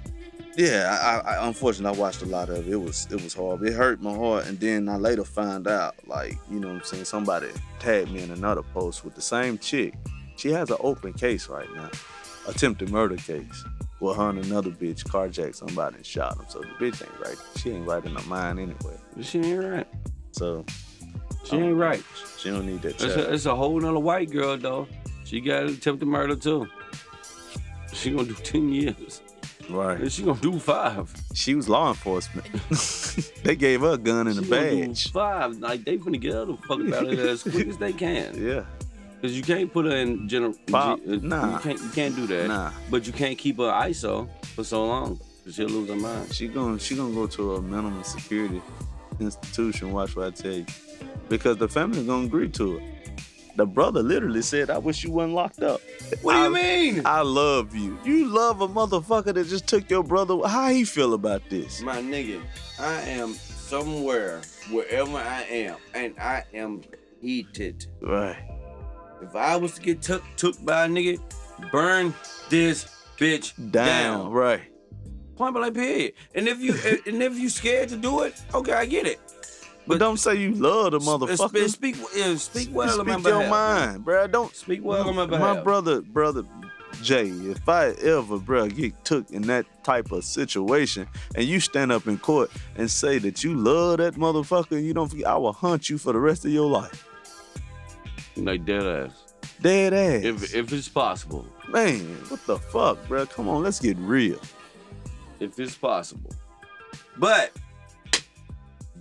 [SPEAKER 2] yeah, I, I, I unfortunately I watched a lot of it. It was it was horrible. It hurt my heart, and then I later found out, like you know, what I'm saying somebody tagged me in another post with the same chick. She has an open case right now, attempted murder case. Well, her and another bitch carjacked somebody and shot him. So the bitch ain't right. She ain't right in her mind anyway.
[SPEAKER 1] she ain't right.
[SPEAKER 2] So um,
[SPEAKER 1] She ain't right.
[SPEAKER 2] she don't need that
[SPEAKER 1] It's
[SPEAKER 2] child.
[SPEAKER 1] a, it's a whole nother white girl though. She got attempted murder too. She gonna do ten years.
[SPEAKER 2] Right.
[SPEAKER 1] And she gonna do five.
[SPEAKER 2] She was law enforcement. they gave her a gun and a
[SPEAKER 1] She gonna do
[SPEAKER 2] badge.
[SPEAKER 1] five. Like they finna get her the fuck out of there as quick as they can.
[SPEAKER 2] Yeah.
[SPEAKER 1] Cause you can't put her in general.
[SPEAKER 2] Pop,
[SPEAKER 1] You
[SPEAKER 2] nah.
[SPEAKER 1] can't. You can't do that.
[SPEAKER 2] Nah.
[SPEAKER 1] But you can't keep her ISO for so long. Cause she'll lose her mind.
[SPEAKER 2] She gonna she gonna go to a minimum security institution. Watch what I tell you. because the family's gonna agree to it. The brother literally said, "I wish you wasn't locked up."
[SPEAKER 1] What do you
[SPEAKER 2] I-
[SPEAKER 1] mean?
[SPEAKER 2] I love you. You love a motherfucker that just took your brother. How he feel about this?
[SPEAKER 1] My nigga, I am somewhere, wherever I am, and I am heated.
[SPEAKER 2] Right.
[SPEAKER 1] If I was to get took took by a nigga, burn this bitch
[SPEAKER 2] Down.
[SPEAKER 1] down.
[SPEAKER 2] Right.
[SPEAKER 1] Point blank period. And if you and if you scared to do it, okay, I get it.
[SPEAKER 2] But, don't say you love the
[SPEAKER 1] Sp-
[SPEAKER 2] motherfucker.
[SPEAKER 1] sp- Speak, yeah, speak well
[SPEAKER 2] speak
[SPEAKER 1] on my
[SPEAKER 2] your
[SPEAKER 1] behalf.
[SPEAKER 2] mind, bro. Don't
[SPEAKER 1] Speak well on my behalf.
[SPEAKER 2] My brother, brother Jay, if I ever, bro, get took in that type of situation, and you stand up in court and say that you love that motherfucker, and you don't forget, I will hunt you for the rest of your life.
[SPEAKER 1] Like dead ass.
[SPEAKER 2] Dead ass.
[SPEAKER 1] If if it's possible,
[SPEAKER 2] Man, what the fuck, bro? Come on, let's get real.
[SPEAKER 1] if it's possible. But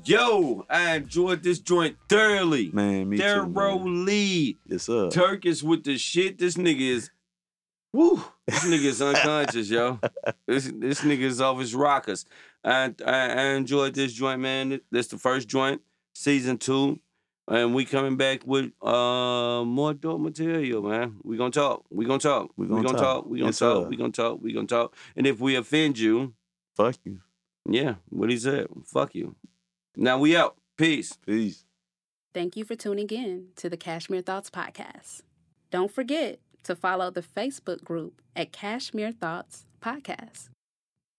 [SPEAKER 1] yo, I enjoyed this joint thoroughly.
[SPEAKER 2] Man, me too. Man.
[SPEAKER 1] Thoroughly.
[SPEAKER 2] It's up.
[SPEAKER 1] Turk is with the shit. This nigga is, woo. This nigga is unconscious, yo. This this nigga is off his rockers. I, I I enjoyed this joint, man. That's the first joint, season two, and we coming back with uh more dope material, man. We gonna talk. We gonna talk.
[SPEAKER 2] We gonna talk.
[SPEAKER 1] We gonna
[SPEAKER 2] Yes,
[SPEAKER 1] talk.
[SPEAKER 2] sir.
[SPEAKER 1] We gonna talk. We gonna talk. And if we offend you,
[SPEAKER 2] Fuck you.
[SPEAKER 1] yeah, what he said. Fuck you. Now we out. Peace.
[SPEAKER 2] Peace.
[SPEAKER 4] Thank you for tuning in to the Cashmere Thoughts Podcast. Don't forget to follow the Facebook group at Cashmere Thoughts Podcast.